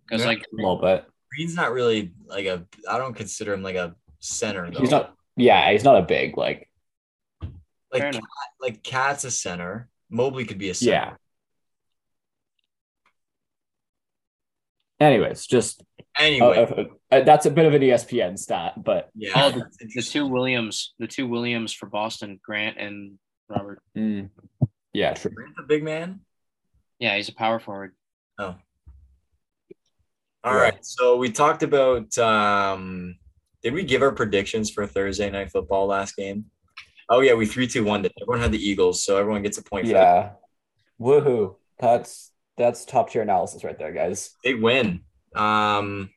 Speaker 2: Because
Speaker 1: Yeah.
Speaker 2: like
Speaker 3: A little bit.
Speaker 1: Green's not really like a. I don't consider him like a center though.
Speaker 3: He's not. Yeah, he's not a big like.
Speaker 2: fair
Speaker 1: like
Speaker 2: enough.
Speaker 1: like Cat's a center. Mobley could be a center.
Speaker 3: Yeah. Anyways, just uh,
Speaker 1: Anyway,
Speaker 3: uh, uh, that's a bit of an ESPN stat, but
Speaker 1: yeah.
Speaker 2: Oh, the,
Speaker 1: that's
Speaker 2: the
Speaker 1: interesting.
Speaker 2: two Williams, the two Williams for Boston, Grant and Robert.
Speaker 3: mm, yeah, true.
Speaker 1: Grant the big man.
Speaker 2: Yeah, he's a power forward.
Speaker 1: All
Speaker 3: Right.
Speaker 1: right. So we talked about um did we give our predictions for Thursday night football last game? Oh yeah, we three two one did. Everyone had the Eagles, so everyone gets a point for that.
Speaker 3: Yeah, woohoo! That's that's top tier analysis right there, guys.
Speaker 1: They win. Um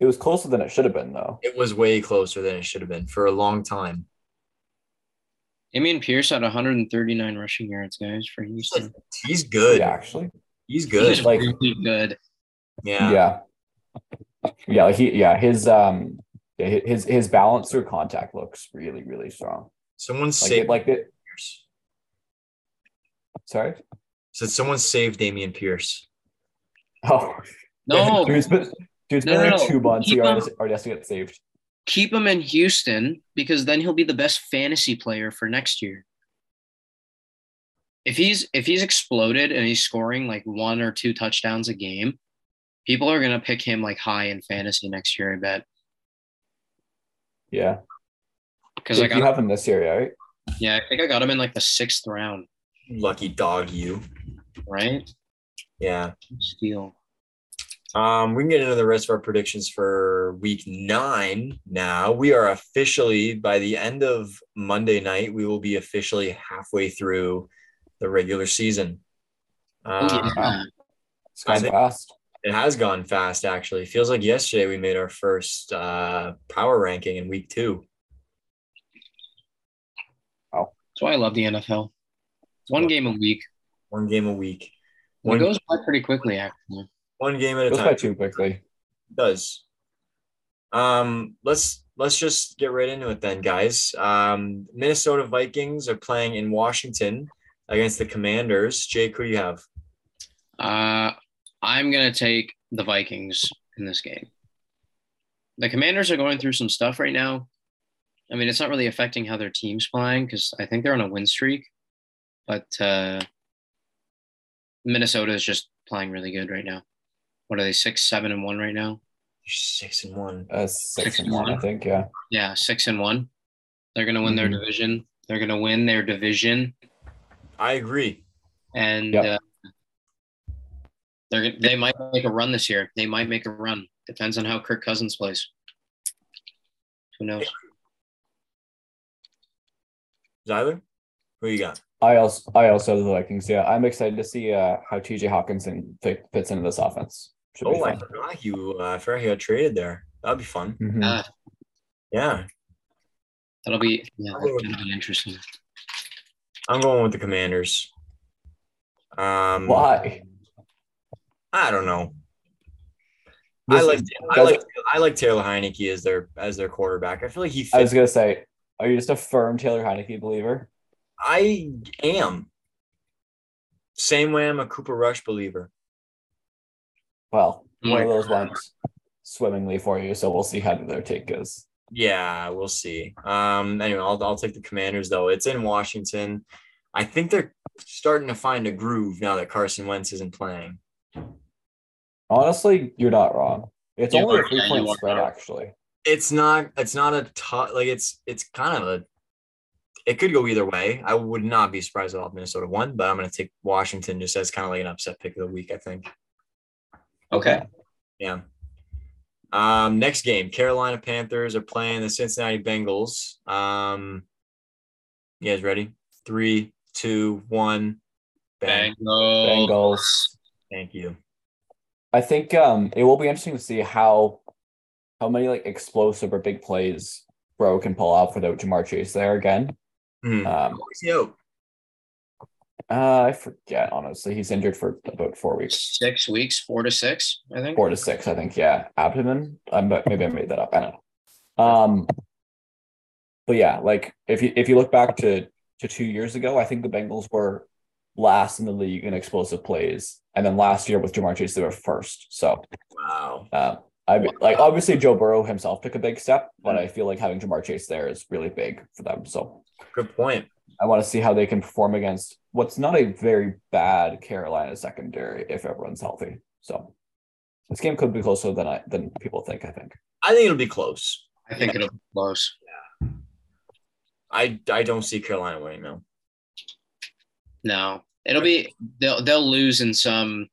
Speaker 3: It was closer than it should have been, though.
Speaker 1: it was way closer than it should have been for a long time.
Speaker 2: Damian Pierce had 139 rushing yards, guys, for Houston.
Speaker 1: He's good.
Speaker 3: Yeah, actually,
Speaker 1: He's
Speaker 2: He
Speaker 1: good.
Speaker 2: was
Speaker 3: Like-
Speaker 2: really good.
Speaker 1: Yeah.
Speaker 3: Yeah. Yeah, like he yeah, his um hi- his his balance through contact looks really, really strong.
Speaker 1: Someone
Speaker 3: Like
Speaker 1: saved
Speaker 3: it, like it
Speaker 1: Pierce.
Speaker 3: sorry.
Speaker 1: Said someone saved Damian Pierce.
Speaker 3: Oh
Speaker 2: No,
Speaker 3: dude's been dude's been
Speaker 2: No, no,
Speaker 3: there
Speaker 2: no.
Speaker 3: two months. He
Speaker 2: Keep
Speaker 3: already, already has to get saved.
Speaker 2: keep him in Houston because then he'll be the best fantasy player for next year. If he's if he's exploded and he's scoring like one or two touchdowns a game, people are gonna pick him like high in fantasy next year. I bet
Speaker 3: Yeah.
Speaker 2: because I
Speaker 3: Like,
Speaker 2: got
Speaker 3: you have him this year, right?
Speaker 2: yeah I think I got him in like the sixth round,
Speaker 1: Lucky dog, you.
Speaker 2: right?
Speaker 1: Yeah.
Speaker 2: Steal.
Speaker 1: Um, we can get into the rest of our predictions for week nine now. We are officially, by the end of Monday night, we will be officially halfway through the regular season.
Speaker 2: Oh,
Speaker 1: Uh,
Speaker 2: yeah.
Speaker 3: It's
Speaker 1: I
Speaker 3: gone
Speaker 1: think-
Speaker 3: fast.
Speaker 1: It has gone fast, actually. Feels like yesterday we made our first uh, power ranking in week two.
Speaker 2: That's why I love the NFL. It's one game a week.
Speaker 1: One game a week,
Speaker 2: And It
Speaker 1: one,
Speaker 2: goes by pretty quickly, actually.
Speaker 1: one game at a
Speaker 3: Goes by
Speaker 1: time.
Speaker 3: too quickly.
Speaker 1: does. Um, let's let's just get right into it then, guys. Um, Minnesota Vikings are playing in Washington against the Commanders. Jake, who do you have?
Speaker 2: Uh, I'm going to take the Vikings in this game. The Commanders are going through some stuff right now. I mean, it's not really affecting how their team's playing because I think they're on a win streak, but uh, Minnesota is just playing really good right now. What are they, six, seven, and one right now?
Speaker 1: You're six and one.
Speaker 3: Uh, six,
Speaker 2: Six
Speaker 3: and one, I
Speaker 2: one.
Speaker 3: think. Yeah.
Speaker 2: Yeah, six and one. They're going to win their
Speaker 3: Mhm.
Speaker 2: division. They're going to win their division.
Speaker 1: I agree.
Speaker 2: and
Speaker 3: Yep.
Speaker 2: uh, they're they might make a run this year. They might make a run. Depends on how Kirk Cousins plays. Who knows?
Speaker 1: Zyler, who you got?
Speaker 3: I also I also have the Vikings. Yeah, I'm excited to see uh, how TJ Hawkinson fit, fits into this offense. Should be
Speaker 1: Oh, I
Speaker 3: fun.
Speaker 1: forgot you. Uh, I forgot you got traded there. That'd be fun.
Speaker 3: Mhm.
Speaker 2: Uh,
Speaker 1: Yeah,
Speaker 2: that'll be yeah, that's gonna be interesting.
Speaker 1: I'm going with the Commanders. Um,
Speaker 3: Why?
Speaker 1: I don't know. I
Speaker 3: This-
Speaker 1: like I
Speaker 3: does-
Speaker 1: like I like Taylor Heineke as their as their quarterback. I feel like he
Speaker 3: I
Speaker 1: fits.
Speaker 3: was gonna say, are you just a firm Taylor Heineke believer?
Speaker 1: I am. Same way I'm a Cooper Rush believer.
Speaker 3: Well,
Speaker 2: Oh
Speaker 3: one
Speaker 2: my
Speaker 3: of those ones swimmingly for you. So we'll see how their take goes.
Speaker 1: Yeah, we'll see. Um, anyway, I'll, I'll take the Commanders though. It's in Washington. I think they're starting to find a groove now that Carson Wentz isn't playing.
Speaker 3: Honestly, you're not wrong. It's
Speaker 2: You
Speaker 3: only
Speaker 2: are-
Speaker 3: a three
Speaker 2: yeah,
Speaker 3: point
Speaker 2: you are
Speaker 3: spread,
Speaker 2: wrong.
Speaker 3: actually.
Speaker 1: It's not. It's not a tough. Like it's. It's kind of a. It could go either way. I would not be surprised at all if Minnesota won, but I'm going to take Washington just as kind of like an upset pick of the week. I think.
Speaker 2: Okay.
Speaker 1: Yeah. Um, next game, Carolina Panthers are playing the Cincinnati Bengals. Um, you guys ready? Three, two, one. Bang.
Speaker 2: Bengals. Bengals.
Speaker 3: Bengals.
Speaker 1: Thank you.
Speaker 3: I think um it will be interesting to see how how many like explosive or big plays Bro can pull off without Jamar Chase there again.
Speaker 1: Hmm.
Speaker 2: Mm.
Speaker 3: Um,
Speaker 1: Who's he out?
Speaker 3: uh, I forget honestly. He's injured for about four weeks,
Speaker 2: Six weeks, four to six, I think.
Speaker 3: four to six, I think. Yeah, abdomen. I m- maybe I made that up. I don't know. Um, but yeah, like if you if you look back to to two years ago, I think the Bengals were last in the league in explosive plays, and then last year with Jamar Chase they were first. So
Speaker 1: Wow.
Speaker 3: Um, I like obviously Joe Burrow himself took a big step, but I feel like having Jamar Chase there is really big for them. So
Speaker 1: Good point.
Speaker 3: I want to see how they can perform against what's not a very bad Carolina secondary if everyone's healthy. So this game could be closer than I than people think. I think.
Speaker 1: I think it'll be close.
Speaker 2: I think it'll be close.
Speaker 1: I I don't see Carolina winning though.
Speaker 2: No, it'll be they'll they'll lose in some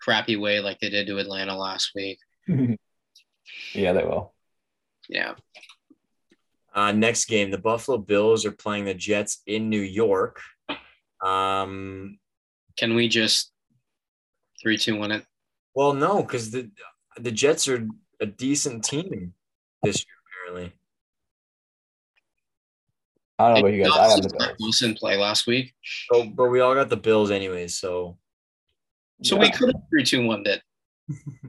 Speaker 2: crappy way like they did to Atlanta last week.
Speaker 3: yeah, they will.
Speaker 2: Yeah.
Speaker 1: Uh, next game, the Buffalo Bills are playing the Jets in New York. Um,
Speaker 2: Can we just three, two, one it?
Speaker 1: well, no, because the the Jets are a decent team this year apparently.
Speaker 3: I don't know about you guys. I have
Speaker 2: Dawson-
Speaker 3: the Bills.
Speaker 2: Wilson play last week.
Speaker 1: Oh, but we all got the Bills anyways, so
Speaker 2: So
Speaker 3: Yeah.
Speaker 2: we could have 3 2 1 it.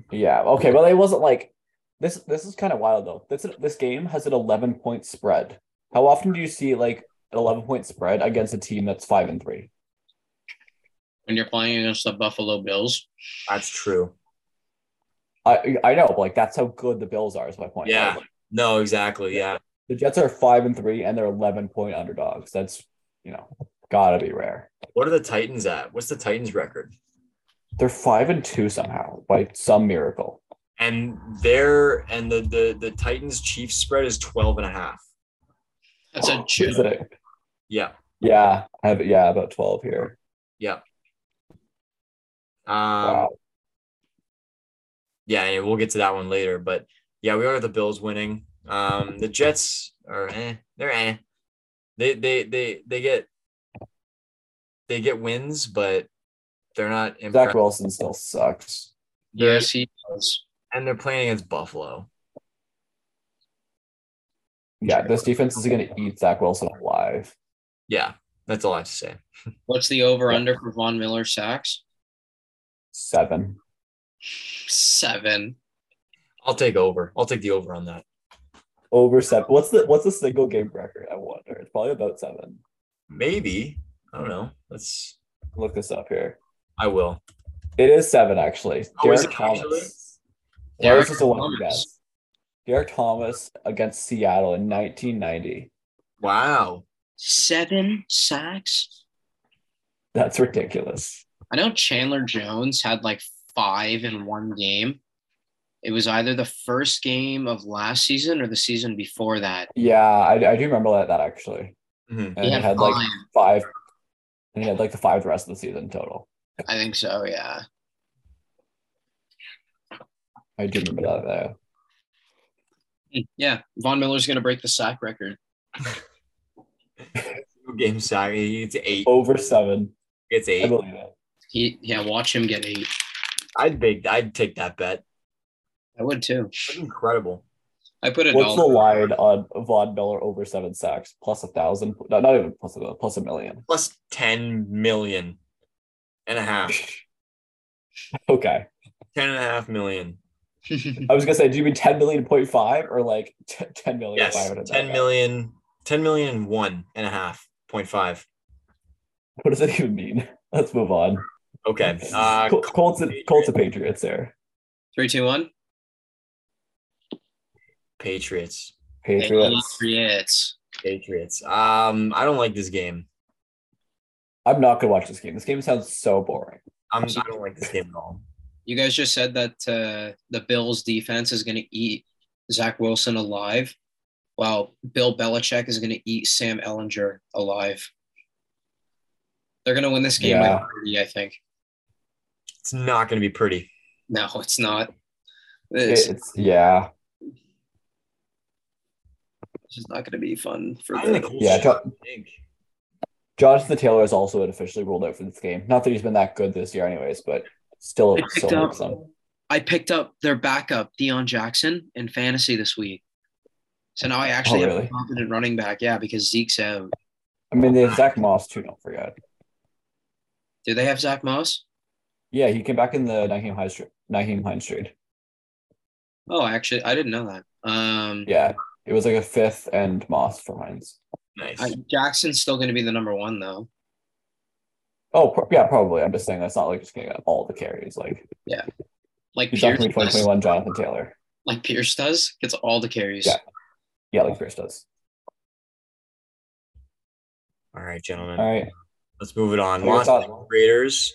Speaker 3: yeah. Okay, but it wasn't like this. This is kind of wild though. This this game has an eleven point spread. How often do you see like an eleven point spread against a team that's five and three?
Speaker 2: When you're playing against the Buffalo Bills,
Speaker 1: That's true.
Speaker 3: I I know, but like that's how good the Bills are. Is my point.
Speaker 1: Yeah.
Speaker 3: Like,
Speaker 1: No, exactly. Yeah.
Speaker 3: the Jets are five and three, and they're eleven point underdogs. That's you know gotta be rare.
Speaker 1: What are the Titans at? What's the Titans record?
Speaker 3: They're five and two somehow by some miracle.
Speaker 1: And their and the the the Titans Chiefs spread is 12 and a half.
Speaker 2: that's a
Speaker 3: Oh, Is it a-
Speaker 1: Yeah.
Speaker 3: yeah, I have yeah about twelve here.
Speaker 1: Um
Speaker 3: Wow.
Speaker 1: yeah, and we'll get to that one later. But yeah, we are at the Bills winning. Um, the Jets are eh, they're eh. They they they they get they get wins, but they're not
Speaker 3: Zach
Speaker 1: impressed.
Speaker 3: Wilson still sucks.
Speaker 2: yes, he does.
Speaker 1: And they're playing against Buffalo.
Speaker 3: Yeah, this defense is gonna eat Zach Wilson alive.
Speaker 1: Yeah, that's all I have to say.
Speaker 2: What's the over under for Von Miller sacks?
Speaker 3: Seven.
Speaker 2: Seven.
Speaker 1: I'll take over. I'll take the over on that.
Speaker 3: Over seven. What's the what's the single game record? I wonder. It's probably about seven.
Speaker 1: Maybe. I don't know. Let's
Speaker 3: Look this up here.
Speaker 1: I will.
Speaker 3: It is seven actually.
Speaker 1: Oh, is
Speaker 3: Derek
Speaker 1: it actually?
Speaker 3: Thomas. Why
Speaker 2: Derek
Speaker 3: is this a long
Speaker 2: Thomas.
Speaker 3: guess? Derek Thomas against Seattle in 1990.
Speaker 1: Wow.
Speaker 2: Seven sacks.
Speaker 3: That's ridiculous.
Speaker 2: I know Chandler Jones had like five in one game. It was either the first game of last season or the season before that.
Speaker 3: Yeah, I, I do remember that, that actually.
Speaker 1: Mhm.
Speaker 3: And he had, like
Speaker 2: five.
Speaker 3: five, and he had like the five the rest of the season total.
Speaker 2: I think so. Yeah.
Speaker 3: I do remember that though.
Speaker 2: Hmm, Yeah. Von Miller's gonna break the sack record.
Speaker 1: Two Game sack. It's eight.
Speaker 3: Over seven.
Speaker 1: It's
Speaker 3: I
Speaker 1: eight.
Speaker 3: believe it.
Speaker 2: He yeah. Watch him get eight.
Speaker 1: I'd big. I'd take that bet.
Speaker 2: I would too.
Speaker 1: That's incredible.
Speaker 2: I put a
Speaker 3: What's the
Speaker 2: dollar.
Speaker 3: line on Von Miller over seven sacks? Plus a thousand? No, not even plus a thousand, plus a million.
Speaker 1: Plus 10 million and a half.
Speaker 3: Okay.
Speaker 1: 10 and a half million.
Speaker 3: I was gonna say, do you mean 10 million point five or like t- 10 million?
Speaker 1: Yes. 10 million. 10 million and one and a half point five.
Speaker 3: What does that even mean? Let's move on.
Speaker 1: Okay. Uh,
Speaker 3: Col- Colts and Colts and Patriots there.
Speaker 2: Three, two, one.
Speaker 1: Patriots.
Speaker 3: Patriots.
Speaker 2: Patriots.
Speaker 1: Patriots. Um, I don't like this game.
Speaker 3: I'm not gonna watch this game. This game sounds so boring.
Speaker 1: I'm, I don't like this game at all.
Speaker 2: You guys just said that uh, the Bills defense is going to eat Zach Wilson alive, while Bill Belichick is going to eat Sam Ellinger alive. They're going to win this game by 30,
Speaker 3: Yeah.
Speaker 2: I think.
Speaker 1: It's not going to be pretty.
Speaker 2: No, it's not. This
Speaker 3: It- It's yeah,
Speaker 2: this is not going to be fun for
Speaker 1: I think
Speaker 2: them.
Speaker 1: the Colts
Speaker 3: yeah. Jo-
Speaker 1: should think.
Speaker 3: Jonathan Taylor is also officially ruled out for this game. Not that he's been that good this year, anyways, but still,
Speaker 2: I
Speaker 3: still
Speaker 2: picked up.
Speaker 3: makes them.
Speaker 2: I picked up their backup Deion Jackson in fantasy this week. So now I actually have
Speaker 3: Oh, really?
Speaker 2: a confident running back. Yeah, because Zeke's out.
Speaker 3: I mean, they have Zach Moss too. Don't forget.
Speaker 2: Do they have Zach Moss?
Speaker 3: Yeah, he came back in the Naheem Hines trade. Naheem Hines trade.
Speaker 2: Oh, actually, I didn't know that. Um,
Speaker 3: Yeah, it was like a fifth and Moss for Hines.
Speaker 1: Nice.
Speaker 2: I, Jackson's still going to be the number one though.
Speaker 3: Oh, pro- yeah, probably. I'm just saying that's not like just getting all the carries. Like
Speaker 2: Like
Speaker 3: He's
Speaker 2: Pierce,
Speaker 3: definitely
Speaker 2: does,
Speaker 3: 2021 Jonathan Taylor.
Speaker 2: like Pierce does, gets all the carries.
Speaker 3: Yeah. Yeah, like Pierce does.
Speaker 1: all right, gentlemen.
Speaker 3: All right.
Speaker 1: Let's move it on.
Speaker 3: What are your
Speaker 1: Los
Speaker 3: thoughts?
Speaker 1: Angeles Raiders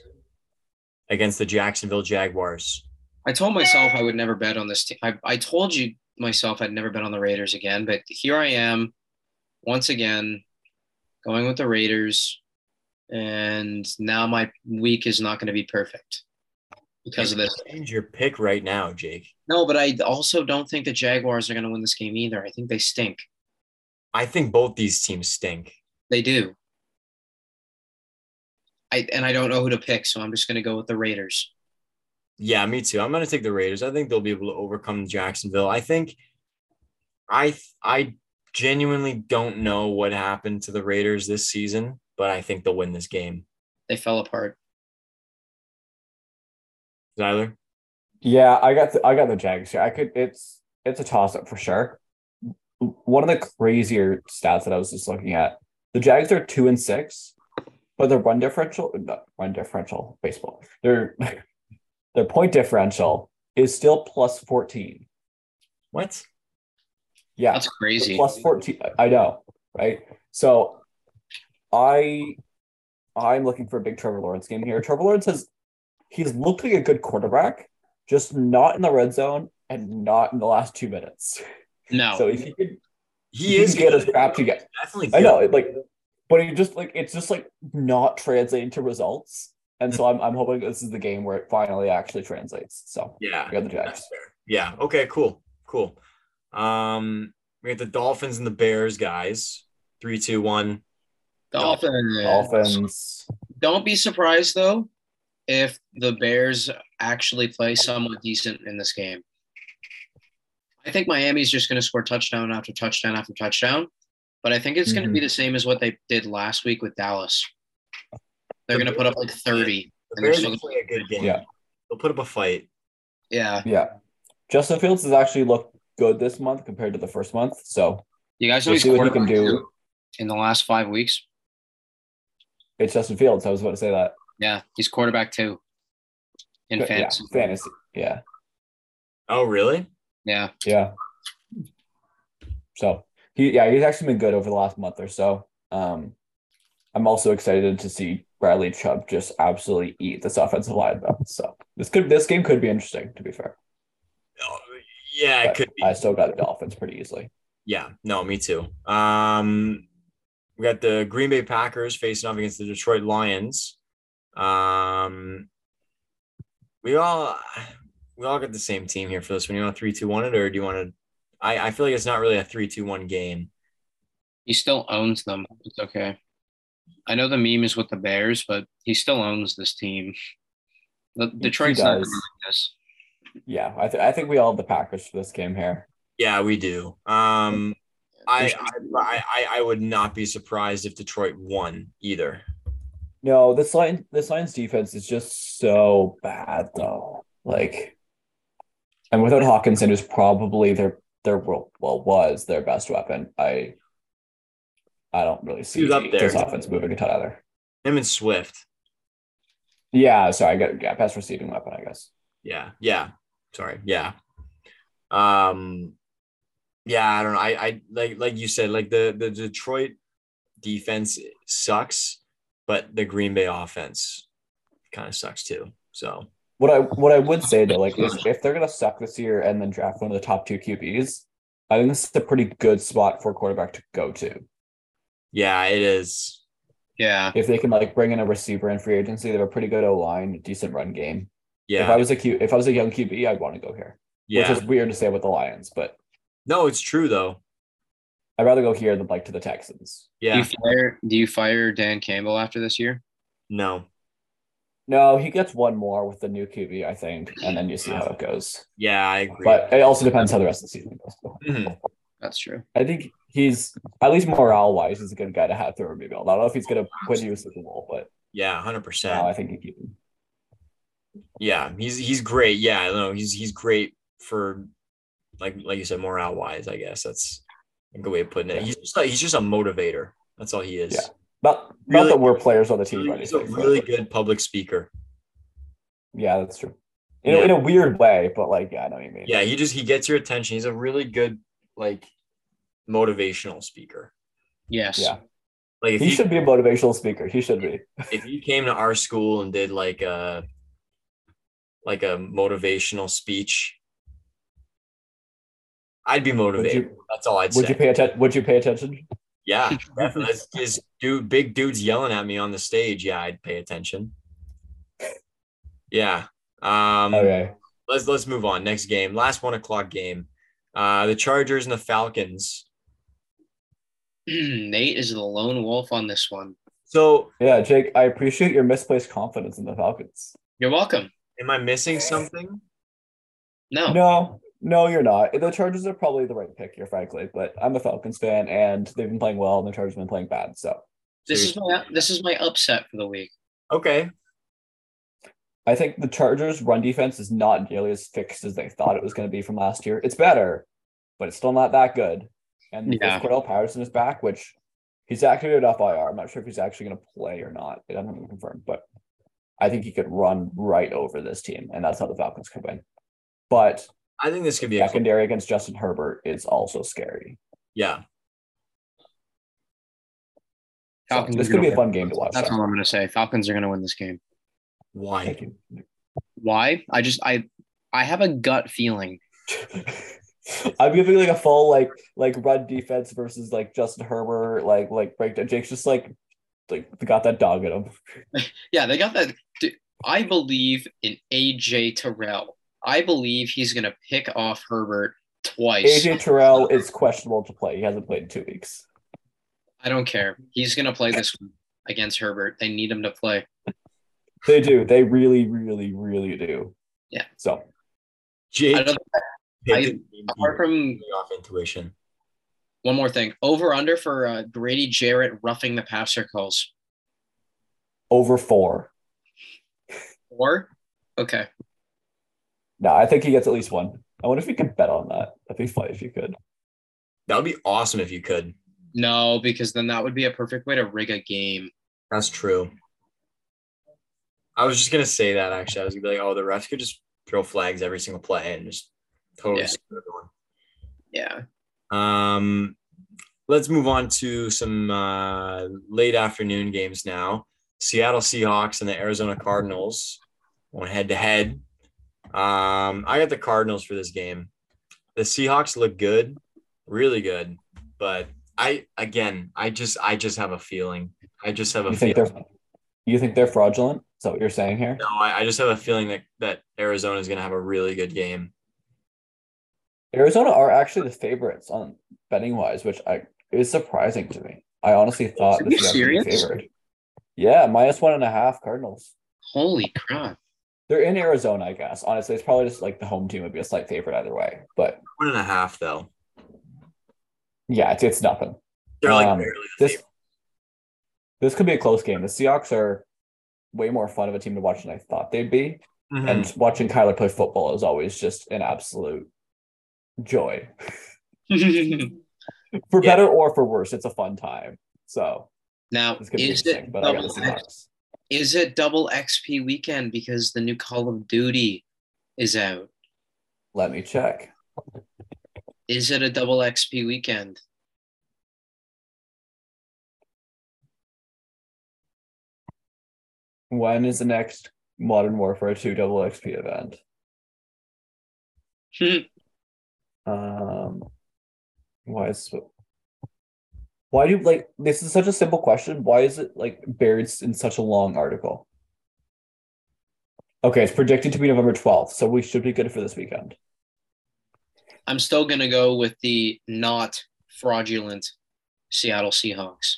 Speaker 1: against the Jacksonville Jaguars.
Speaker 2: I told myself I would never bet on this team. I, I told you myself I'd never bet on the Raiders again, but here I am once again going with the Raiders. And now my week is not going to be perfect because of this.
Speaker 1: Change your pick right now, Jake.
Speaker 2: No, but I also don't think the Jaguars are going to win this game either. I think they stink.
Speaker 1: I think both these teams stink.
Speaker 2: They do. I and I don't know who to pick, so I'm just going to go with the Raiders.
Speaker 1: Yeah, me too. I'm going to take the Raiders. I think they'll be able to overcome Jacksonville. I think I I genuinely don't know what happened to the Raiders this season, but I think they'll win this game.
Speaker 2: They fell apart.
Speaker 1: Tyler?
Speaker 3: Yeah, I got the, I got the Jags here. I could it's it's a toss up for sure. One of the crazier stats that I was just looking at: the Jags are two and six, but their run differential not run differential baseball their their point differential is still plus fourteen.
Speaker 1: What?
Speaker 3: Yeah,
Speaker 2: That's crazy.
Speaker 3: plus fourteen. I know, right? So, I I'm looking for a big Trevor Lawrence game here. Trevor Lawrence has he's looked like a good quarterback, just not in the red zone and not in the last two minutes.
Speaker 2: No.
Speaker 3: So if he could,
Speaker 1: He
Speaker 3: he
Speaker 1: is
Speaker 3: can get his
Speaker 1: good.
Speaker 3: crap together,
Speaker 1: Definitely
Speaker 3: I
Speaker 1: good.
Speaker 3: know, it, like, but he just like it's just like not translating to results. And so I'm I'm hoping this is the game where it finally actually translates. So
Speaker 1: Yeah.
Speaker 3: I got the Jags.
Speaker 1: That's fair. Yeah. Okay. Cool. Cool. Um, we got the Dolphins and the Bears, guys. Three, two, one.
Speaker 2: Dolphins.
Speaker 3: Dolphins.
Speaker 2: Don't be surprised though if the Bears actually play somewhat decent in this game. I think Miami's just going to score touchdown after touchdown after touchdown, but I think it's going to be
Speaker 3: Mm-hmm.
Speaker 2: the same as what they did last week with Dallas. They're going to put up like 30.
Speaker 1: The
Speaker 2: And they're
Speaker 1: Bears
Speaker 2: still
Speaker 1: will play a good game.
Speaker 3: Yeah.
Speaker 1: They'll put up a fight.
Speaker 2: Yeah.
Speaker 3: Yeah. Justin Fields has actually looked good this month compared to the first month. So
Speaker 2: You guys know
Speaker 3: We'll
Speaker 2: he's
Speaker 3: see what he can
Speaker 2: quarterback
Speaker 3: do.
Speaker 2: too in the last five weeks.
Speaker 3: it's Justin Fields. I was about to say that.
Speaker 2: Yeah. He's quarterback too in
Speaker 3: But, yeah,
Speaker 2: fantasy.
Speaker 3: fantasy. Yeah.
Speaker 1: Oh, really?
Speaker 2: yeah.
Speaker 3: Yeah. So he yeah, he's actually been good over the last month or so. Um I'm also excited to see Bradley Chubb just absolutely eat this offensive line though. So this could this game could be interesting to be fair.
Speaker 1: Oh, yeah, it
Speaker 3: But
Speaker 1: could be.
Speaker 3: I still got the Dolphins pretty easily.
Speaker 1: Yeah, no, me too. Um, we got the Green Bay Packers facing off against the Detroit Lions. Um, we all we all got the same team here for this one. You want three, two, one it, or do you want to? I I feel like it's not really a three, two, one game.
Speaker 2: He still owns them. It's okay. I know the meme is with the Bears, but he still owns this team. The, Detroit's not going
Speaker 3: does.
Speaker 2: to like this.
Speaker 3: Yeah, I, th- I think we all have the Packers for this game here.
Speaker 1: Yeah, we do. Um, I I I, I- I would not be surprised if Detroit won either.
Speaker 3: No, this line this Lions defense is just so bad though. Like and without Hawkinson is probably their their world well was their best weapon. I I don't really see
Speaker 1: Who's up there?
Speaker 3: this offense moving a ton either.
Speaker 1: Him and Swift.
Speaker 3: Yeah, sorry, I got yeah, best receiving weapon, I guess.
Speaker 1: Yeah, yeah. Sorry, yeah. Um, yeah, I don't know. I, I like like you said, like the the Detroit defense sucks, but the Green Bay offense kind of sucks too. So
Speaker 3: What I what I would say though, like is if they're gonna suck this year and then draft one of the top two QBs, I think this is a pretty good spot for a quarterback to go to.
Speaker 1: yeah, it is.
Speaker 2: Yeah.
Speaker 3: If they can like bring in a receiver in free agency, they have a pretty good O line, decent run game. If I
Speaker 1: Yeah,
Speaker 3: was a Q, if I was a young QB, I'd want to go here.
Speaker 1: yeah.
Speaker 3: Which is weird to say with the Lions, but
Speaker 1: No, it's true though.
Speaker 3: I'd rather go here than like to the Texans.
Speaker 2: Do you
Speaker 1: Yeah,
Speaker 2: fire do you fire Dan Campbell after this year?
Speaker 1: no.
Speaker 3: No, he gets one more with the new QB, I think, and then you see how it goes.
Speaker 1: Yeah, I agree.
Speaker 3: But it also depends how the rest of the season goes.
Speaker 1: Mhm.
Speaker 2: That's true.
Speaker 3: I think he's at least morale wise, he's a good guy to have through a rebuild. I don't know if he's gonna win you a Super Bowl, but
Speaker 1: Yeah, hundred
Speaker 3: no, I
Speaker 1: percent.
Speaker 3: think he keep him.
Speaker 1: Yeah, he's he's great. Yeah, no, he's he's great for like like you said, morale wise. I guess that's a good way of putting it.
Speaker 3: Yeah.
Speaker 1: He's just like, he's just a motivator. That's all he is.
Speaker 3: Yeah. Not
Speaker 1: Really-
Speaker 3: not that we're players on the team, or
Speaker 1: He's a
Speaker 3: anything, but-
Speaker 1: really good public speaker.
Speaker 3: yeah, that's true. In,
Speaker 1: Yeah.
Speaker 3: a, in a weird way, but like, yeah, I know what you mean.
Speaker 1: Yeah, he just he gets your attention. He's a really good like motivational speaker.
Speaker 2: Yes.
Speaker 3: Yeah.
Speaker 1: Like if
Speaker 3: he
Speaker 1: he,
Speaker 3: should be a motivational speaker. He should be.
Speaker 1: if you came to our school and did like a like a motivational speech, I'd be
Speaker 3: Would
Speaker 1: motivated.
Speaker 3: you
Speaker 1: That's all I'd
Speaker 3: would
Speaker 1: say.
Speaker 3: you pay attention? Would you pay attention?
Speaker 1: yeah, definitely. That's just dude, big dudes yelling at me on the stage. Yeah, I'd pay attention. Yeah. Um,
Speaker 3: Okay.
Speaker 1: let's let's move on. Next game, last one o'clock game. Uh, the Chargers and the Falcons.
Speaker 2: Nate is the lone wolf on this one.
Speaker 1: So
Speaker 3: Yeah, Jake, I appreciate your misplaced confidence in the Falcons.
Speaker 2: You're welcome.
Speaker 1: am I missing something?
Speaker 2: No.
Speaker 3: No, no, you're not. The Chargers are probably the right pick here, frankly, but I'm a Falcons fan and they've been playing well and the Chargers have been playing bad. So
Speaker 2: This is my this is my upset for the week.
Speaker 1: Okay.
Speaker 3: I think the Chargers' run defense is not nearly as fixed as they thought it was going to be from last year. It's better, but it's still not that good. And
Speaker 2: Yeah.
Speaker 3: if Cordell Patterson is back, which he's activated off IR. I'm not sure if he's actually going to play or not. It hasn't been confirmed, but I think he could run right over this team, and that's how the Falcons could win. But
Speaker 1: I think this could be a close-
Speaker 3: secondary against Justin Herbert is also scary.
Speaker 1: yeah.
Speaker 3: So
Speaker 2: Falcons
Speaker 3: this
Speaker 2: are
Speaker 3: could be
Speaker 2: gonna
Speaker 3: a
Speaker 2: win.
Speaker 3: fun game to watch.
Speaker 2: That's
Speaker 3: though.
Speaker 2: all I'm gonna say. Falcons are gonna win this game.
Speaker 1: Why?
Speaker 3: Thank you.
Speaker 2: Why? I just I I have a gut feeling.
Speaker 3: I'm giving like a full like like run defense versus like Justin Herbert like like breakdown. Jake's just like like got that dog in him.
Speaker 2: Yeah, they got that. dude, I believe in AJ Terrell. I believe he's gonna pick off Herbert twice.
Speaker 3: AJ Terrell is questionable to play. He hasn't played in two weeks.
Speaker 2: I don't care. He's gonna play this one against Herbert. They need him to play.
Speaker 3: They do. They really, really, really do.
Speaker 2: Yeah.
Speaker 3: So
Speaker 1: Jake
Speaker 2: I don't, I- apart from
Speaker 1: off intuition.
Speaker 2: one more thing, over under for uh, Grady Jarrett roughing the passer calls.
Speaker 3: over four.
Speaker 2: Or okay,
Speaker 3: No, I think he gets at least one. I wonder if you could bet on that. That'd be fun if you could.
Speaker 1: That would be awesome if you could.
Speaker 2: no, because then that would be a perfect way to rig a game.
Speaker 1: That's true. I was just gonna say that actually. I was gonna be like, oh, the refs could just throw flags every single play and just totally
Speaker 2: Yeah.
Speaker 1: screw everyone.
Speaker 2: Yeah.
Speaker 1: Um, let's move on to some uh, late afternoon games now. Seattle Seahawks and the Arizona Cardinals went head to head. Um, I got the Cardinals for this game. The Seahawks look good, really good, but I again, I just, I just have a feeling. I just have a
Speaker 3: You
Speaker 1: feeling.
Speaker 3: think they're you think they're fraudulent? Is that what you're saying here?
Speaker 1: No, I, I just have a feeling that that Arizona is going to have a really good game.
Speaker 3: Arizona are actually the favorites on betting wise, which I is surprising to me. I honestly thought
Speaker 2: Are
Speaker 3: this
Speaker 2: you
Speaker 3: was gonna be
Speaker 2: serious?
Speaker 3: favored. Yeah, minus one and a half Cardinals.
Speaker 2: Holy crap.
Speaker 3: They're in Arizona, I guess. Honestly, it's probably just like the home team would be a slight favorite either way. But
Speaker 1: One and a half, though.
Speaker 3: yeah, it's, it's nothing.
Speaker 1: They're like
Speaker 3: Um,
Speaker 1: barely the
Speaker 3: This
Speaker 1: favorite.
Speaker 3: this could be a close game. The Seahawks are way more fun of a team to watch than I thought they'd be.
Speaker 2: Hmm.
Speaker 1: Mhm.
Speaker 3: And watching Kyler play football is always just an absolute joy. For
Speaker 1: Yeah.
Speaker 3: better or for worse, it's a fun time. So
Speaker 2: now,
Speaker 3: it's gonna be
Speaker 2: is
Speaker 3: interesting.
Speaker 2: it,
Speaker 3: But I got
Speaker 2: double,
Speaker 3: the Seahawks.
Speaker 2: is it double XP weekend because the new Call of Duty is out?
Speaker 3: Let me check.
Speaker 2: Is it a double XP weekend?
Speaker 3: When is the next Modern Warfare 2 double XP event?
Speaker 2: Hmm.
Speaker 3: Um, why is why do like this is such a simple question? Why is it like buried in such a long article? Okay, it's predicted to be November 12th, so we should be good for this weekend.
Speaker 2: I'm still going to go with the not fraudulent Seattle Seahawks.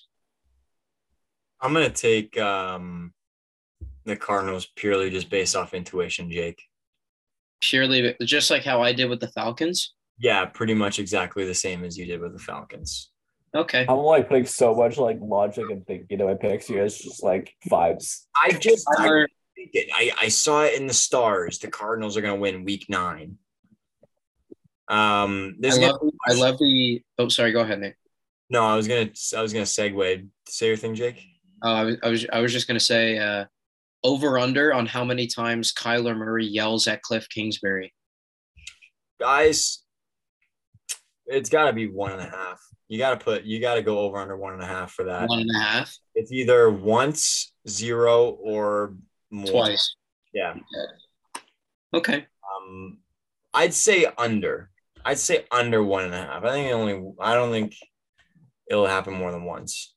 Speaker 1: I'm going to take um, the Cardinals purely just based off intuition, Jake.
Speaker 2: Purely just like how I did with the Falcons.
Speaker 1: Yeah, pretty much exactly the same as you did with the Falcons.
Speaker 2: Okay.
Speaker 1: Oh,
Speaker 3: I'm like putting so much like logic and thinking into my picks here. It's just like vibes.
Speaker 1: I just I,
Speaker 2: Tyler,
Speaker 1: think it. I, I saw it in the stars. The Cardinals are going to win Week Nine. Um,
Speaker 2: I
Speaker 1: there's gonna,
Speaker 2: love, I love the. Oh, sorry. Go ahead, Nick.
Speaker 1: no. I was gonna. I was gonna segue. Say your thing, Jake.
Speaker 2: Oh, I was, I was, I was just going to say uh, over under on how many times Kyler Murray yells at Cliff Kingsbury.
Speaker 1: guys, it's got to be one and a half. You got to put, you got to go over under one and a half for that.
Speaker 2: One and a half,
Speaker 1: It's either once, zero, or more.
Speaker 2: twice.
Speaker 1: Yeah.
Speaker 2: Okay.
Speaker 1: Um, I'd say under. I'd say under one and a half. I think it only. I don't think it'll happen more than once.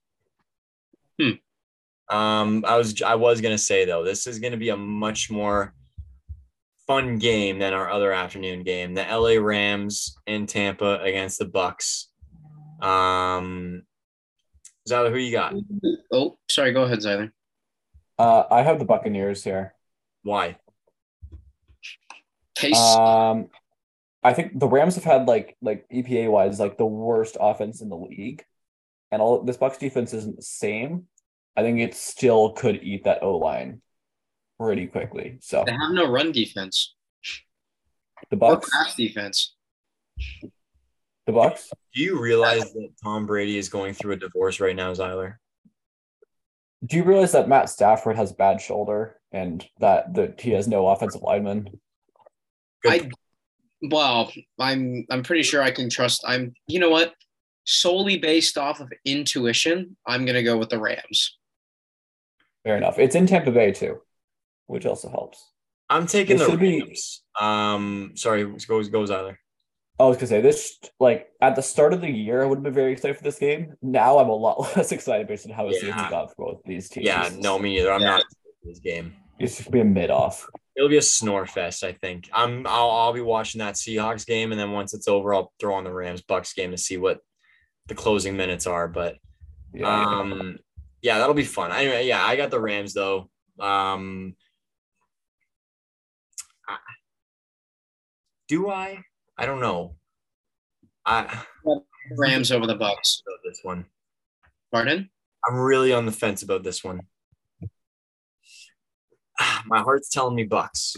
Speaker 1: Um, I was I was gonna say though, this is gonna be a much more fun game than our other afternoon game. The LA Rams in Tampa against the Bucks. Um, Zyla, who you got?
Speaker 2: Oh, sorry. Go ahead, Zyler.
Speaker 3: Uh, I have the Buccaneers here.
Speaker 1: Why?
Speaker 2: Case.
Speaker 3: Um, I think the Rams have had like like EPA wise like the worst offense in the league, and all this Bucks defense isn't the same. I think it still could eat that O line. pretty quickly. So
Speaker 2: They have no run defense
Speaker 3: the
Speaker 2: or
Speaker 3: Bucks,
Speaker 2: pass defense.
Speaker 3: the Bucks.
Speaker 1: Do you realize that Tom Brady is going through a divorce right now, Zyler?
Speaker 3: Do you realize that Matt Stafford has a bad shoulder and that that he has no offensive lineman?
Speaker 1: Good
Speaker 2: I well, I'm I'm pretty sure I can trust. I'm you know what? Solely based off of intuition, I'm gonna go with the Rams.
Speaker 3: Fair enough. It's in Tampa Bay too, which also helps.
Speaker 1: I'm taking
Speaker 3: They
Speaker 1: the
Speaker 3: should be-
Speaker 1: Rams. Um, sorry, goes goes either.
Speaker 3: I was gonna say this like at the start of the year I would have been very excited for this game. Now I'm a lot less excited based on how the
Speaker 1: Yeah.
Speaker 3: season's gone for both these teams.
Speaker 1: Yeah, no, me neither. I'm
Speaker 2: Yeah.
Speaker 1: not in this game.
Speaker 3: It's just be a mid off.
Speaker 1: It'll be a snore fest, I think. I'm I'll, I'll be watching that Seahawks game, and then once it's over, I'll throw on the Rams Bucks game to see what the closing minutes are. But
Speaker 3: Yeah.
Speaker 1: Um, yeah, that'll be fun. Anyway, yeah, I got the Rams though. Um, I- do I? I don't know. I
Speaker 2: Rams over the Bucks.
Speaker 1: about this one.
Speaker 2: Pardon?
Speaker 1: I'm really on the fence about this one. Ah, My heart's telling me Bucks.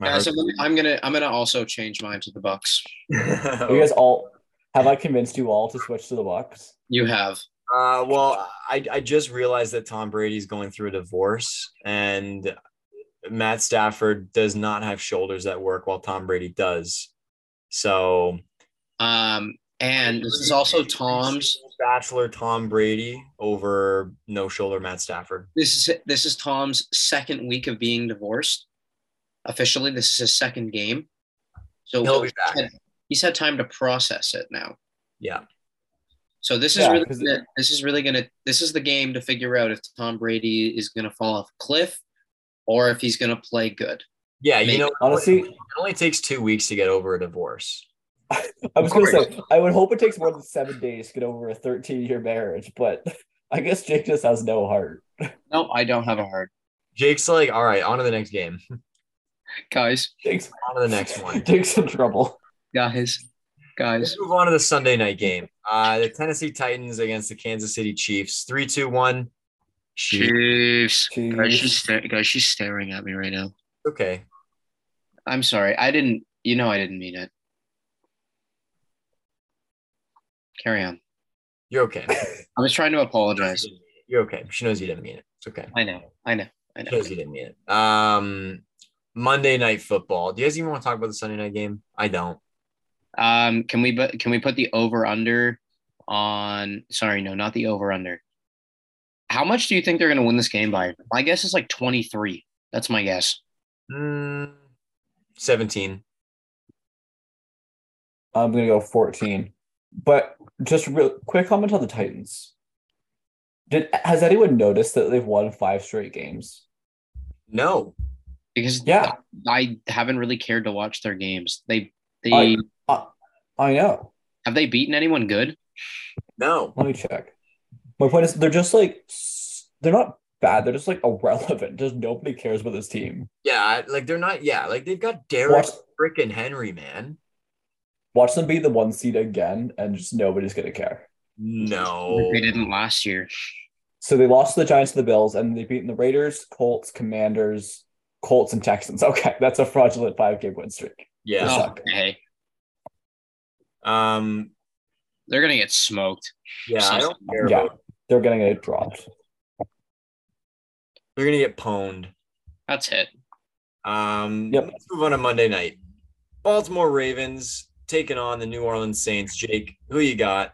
Speaker 1: My
Speaker 2: Yeah,
Speaker 1: heart-
Speaker 2: so I'm gonna- I'm gonna I'm gonna also change mine to the Bucks.
Speaker 3: you guys all have I convinced you all to switch to the Bucks?
Speaker 2: You have.
Speaker 1: Uh, well, I, I just realized that Tom Brady's going through a divorce, and Matt Stafford does not have shoulders that work while Tom Brady does. So,
Speaker 2: Um, and this is also Tom's.
Speaker 1: bachelor Tom Brady over no shoulder Matt Stafford.
Speaker 2: This is this is Tom's second week of being divorced. Officially, this is his second game. So
Speaker 1: He'll be back.
Speaker 2: had- he's had time to process it now.
Speaker 1: Yeah,
Speaker 2: So this is
Speaker 3: Yeah,
Speaker 2: really
Speaker 3: 'cause-
Speaker 2: gonna, this is really gonna this is the game to figure out if Tom Brady is gonna fall off a cliff or if he's gonna play good.
Speaker 1: yeah. You
Speaker 2: Maybe.
Speaker 1: know,
Speaker 3: Honestly,
Speaker 1: it only takes two weeks to get over a divorce.
Speaker 3: I was gonna say I would hope it takes more than seven days to get over a 13 year marriage, but I guess Jake just has no heart.
Speaker 2: No, I don't have a heart,
Speaker 1: Jake's like, all right, on to the next game,
Speaker 2: guys,
Speaker 3: Jake's
Speaker 1: on to the next one.
Speaker 3: Jake's in trouble.
Speaker 2: guys, guys.
Speaker 1: Let's move on to the Sunday night game. Uh, the Tennessee Titans against the Kansas City Chiefs. Three, two, one. Chiefs.
Speaker 2: Chiefs, guys,
Speaker 3: Jeez.
Speaker 2: she's sta- guys, she's staring at me right now.
Speaker 1: Okay.
Speaker 2: I'm sorry, I didn't. You know, I didn't mean it. Carry on.
Speaker 1: You're okay.
Speaker 2: I was trying to apologize.
Speaker 1: You're okay. She knows you didn't mean it. It's okay.
Speaker 2: I know, I know, I
Speaker 1: She
Speaker 2: know.
Speaker 1: knows you didn't mean it. Um, Monday night football. Do you guys even want to talk about the Sunday night game? I don't.
Speaker 2: Um, can we but can we put the over under on? Sorry, no, not the over under. How much do you think they're going to win this game by? My guess is like twenty three. That's my guess.
Speaker 1: Mm, 17.
Speaker 3: I'm gonna go 14. But just real quick comment on the Titans. Did has anyone noticed that they've won five straight games?
Speaker 1: No.
Speaker 2: Because
Speaker 3: Yeah.
Speaker 2: I haven't really cared to watch their games. They they
Speaker 3: I- I know.
Speaker 2: have they beaten anyone good?
Speaker 1: No.
Speaker 3: Let me check. My point is they're just like s- they're not bad, they're just like irrelevant. Just nobody cares about this team.
Speaker 1: Yeah. I- Like they're not. Yeah. Like they've got Derek
Speaker 3: Watch
Speaker 1: freaking Henry, man.
Speaker 3: watch them be the one seed again and just nobody's gonna care. Oh.
Speaker 1: No.
Speaker 2: They didn't last year.
Speaker 3: So they lost to the Giants to the Bills and they've beaten the Raiders, Colts, Commanders, Colts, and Texans. Okay, that's a fraudulent five game win streak. They
Speaker 1: Yeah.
Speaker 2: Oh,
Speaker 3: suck.
Speaker 2: hey,
Speaker 1: Um.
Speaker 2: they're gonna get smoked.
Speaker 1: Yeah. I don't care.
Speaker 3: Yeah.
Speaker 1: About,
Speaker 3: They're getting it dropped.
Speaker 1: they're gonna get pwned.
Speaker 2: That's it.
Speaker 1: Um,
Speaker 3: Yep.
Speaker 1: Let's move on to Monday night. Baltimore Ravens taking on the New Orleans Saints. Jake, who you got?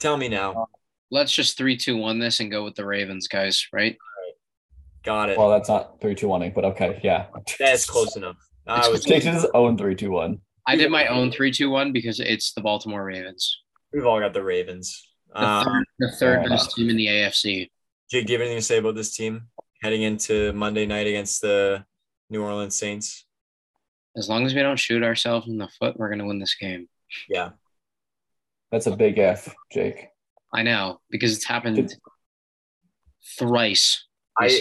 Speaker 1: Tell me now.
Speaker 2: Let's just three two one this and go with the Ravens, guys. Right?
Speaker 1: Got it.
Speaker 3: Well, that's not three two one, but okay, yeah.
Speaker 1: That's close enough. I was.
Speaker 3: Takes his own three two one.
Speaker 2: I did my own three two one because it's the Baltimore Ravens.
Speaker 1: We've all got the Ravens.
Speaker 2: The
Speaker 1: Um,
Speaker 2: third, the third
Speaker 3: Ah. fair
Speaker 2: best
Speaker 3: enough.
Speaker 2: team in the AFC.
Speaker 1: Jake, do you have anything to say about this team heading into Monday night against the New Orleans Saints?
Speaker 2: As long as we don't shoot ourselves in the foot, we're going to win this game.
Speaker 1: Yeah.
Speaker 3: That's a big F, Jake.
Speaker 2: I know because it's happened thrice.
Speaker 1: I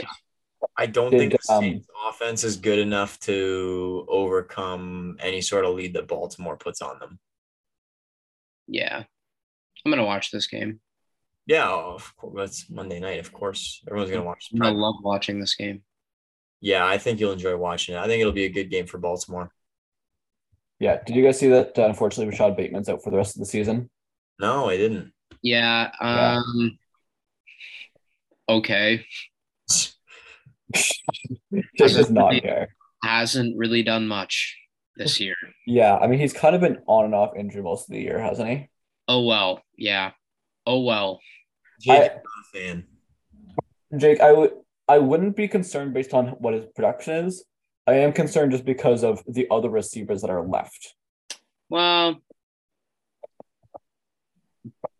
Speaker 1: I don't think
Speaker 3: Did,
Speaker 1: the
Speaker 3: um,
Speaker 1: Saints offense is good enough to overcome any sort of lead that Baltimore puts on them.
Speaker 2: yeah. I'm gonna watch this game.
Speaker 1: Yeah, of course. That's Monday night, of course. Everyone's gonna watch.
Speaker 2: I'm gonna love watching this game.
Speaker 1: Yeah, I think you'll enjoy watching it. I think it'll be a good game for Baltimore.
Speaker 3: Yeah. Did you guys see that? Uh, unfortunately, Rashad Bateman's out for the rest of the season.
Speaker 1: No, I didn't.
Speaker 2: Yeah.
Speaker 3: Yeah.
Speaker 2: Um. Okay.
Speaker 3: Jake does not care.
Speaker 2: Hasn't really done much this year.
Speaker 3: Yeah, I mean he's kind of been on and off injured most of the year, hasn't he?
Speaker 2: Oh well. Yeah. Oh well.
Speaker 1: Jake, I'm not a fan.
Speaker 3: Jake, I would I wouldn't be concerned based on what his production is. I am concerned just because of the other receivers that are left.
Speaker 2: Well,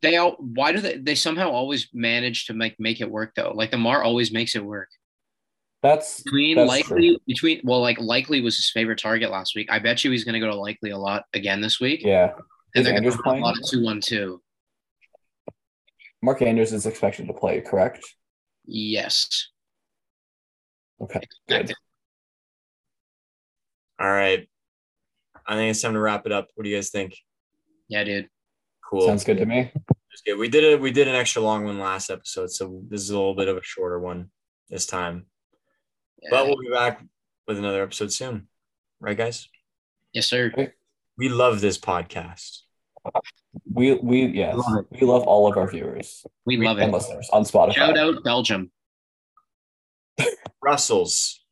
Speaker 2: they all. Why do they? They somehow always manage to make make it work though. Like Lamar always makes it work.
Speaker 3: That's
Speaker 2: Between
Speaker 3: That's
Speaker 2: likely, between well, like likely was his favorite target last week. I bet you he's going to go to likely a lot again this week. and
Speaker 3: yeah. Is
Speaker 2: they're going
Speaker 3: Andrews
Speaker 2: to run a
Speaker 3: playing?
Speaker 2: lot of two one two.
Speaker 3: Mark Andrews is expected to play, correct?
Speaker 2: Yes.
Speaker 3: Okay. Good.
Speaker 1: All right. I think it's time to wrap it up. What do you guys think?
Speaker 2: Yeah, dude.
Speaker 1: Cool.
Speaker 3: Sounds good to me.
Speaker 1: That's good. We did it. We did an extra long one last episode, so this is a little bit of a shorter one this time. But
Speaker 2: Yeah.
Speaker 1: we'll be back with another episode soon, right, guys?
Speaker 2: yes, sir.
Speaker 1: We love this podcast.
Speaker 3: We we yes.
Speaker 2: Love it.
Speaker 3: we love all of our viewers
Speaker 2: We love
Speaker 3: and
Speaker 2: it.
Speaker 3: listeners on Spotify.
Speaker 2: Shout out Belgium.
Speaker 1: Russell's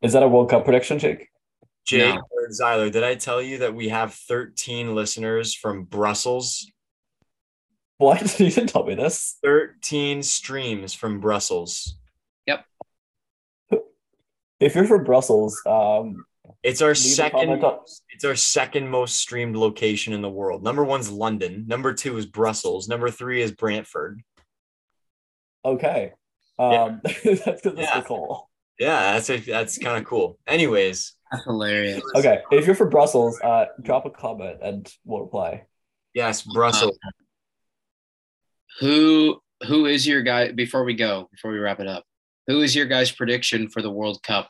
Speaker 3: Is that a World Cup prediction, Jake?
Speaker 1: Jake
Speaker 2: No.
Speaker 1: or Zyler. Did I tell you that we have 13 listeners from Brussels?
Speaker 3: What? you didn't tell me this.
Speaker 1: 13 streams from Brussels.
Speaker 3: If you're from Brussels, um
Speaker 1: It's our
Speaker 3: leave a
Speaker 1: second
Speaker 3: comment on-
Speaker 1: it's our second most streamed location in the world. Number one's London. Number two is Brussels. Number three is Brantford.
Speaker 3: Okay.
Speaker 1: Yeah.
Speaker 3: Um, that's because
Speaker 1: Yeah.
Speaker 3: it's Nicole.
Speaker 1: Yeah, that's that's kind of cool. Anyways,
Speaker 2: That's hilarious.
Speaker 3: Okay, if you're from Brussels, uh, drop a comment and we'll reply.
Speaker 1: yes, Brussels.
Speaker 2: Who who is your guy before we go, before we wrap it up? Who is your guy's prediction for the World Cup?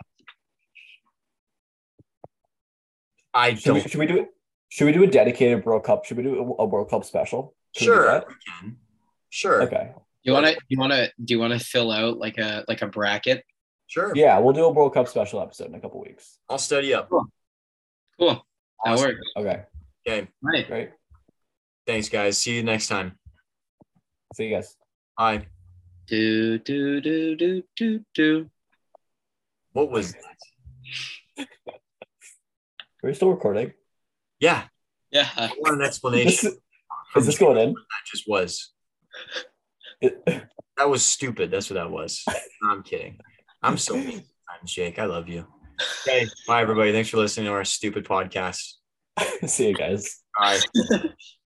Speaker 1: I
Speaker 3: Should we,
Speaker 1: don't
Speaker 3: should we do it? Should we do a dedicated World Cup? Should we do a- a World Cup special? Should we do
Speaker 1: sure
Speaker 3: that?
Speaker 1: we can. Sure.
Speaker 3: Okay.
Speaker 2: You wanna you wanna do you wanna fill out like a like a bracket?
Speaker 1: Sure.
Speaker 3: Yeah, we'll do a World Cup special episode in a couple weeks.
Speaker 1: I'll study up.
Speaker 2: Cool. That
Speaker 1: Awesome.
Speaker 2: works.
Speaker 3: Okay,
Speaker 1: Okay.
Speaker 2: Right.
Speaker 3: great.
Speaker 1: Thanks guys. See you next time.
Speaker 3: See you guys.
Speaker 1: Bye.
Speaker 2: Do do do do do do.
Speaker 1: What was that?
Speaker 3: Are we still recording?
Speaker 1: Yeah,
Speaker 2: Yeah.
Speaker 1: I want an explanation.
Speaker 3: This, is this going in?
Speaker 1: that just was.
Speaker 3: It-
Speaker 1: That was stupid. That's what that was. No, I'm kidding. I'm so mean sometimes, Jake. I love you. Okay. Bye, everybody. Thanks for listening to our stupid podcast.
Speaker 3: See you guys.
Speaker 1: Bye.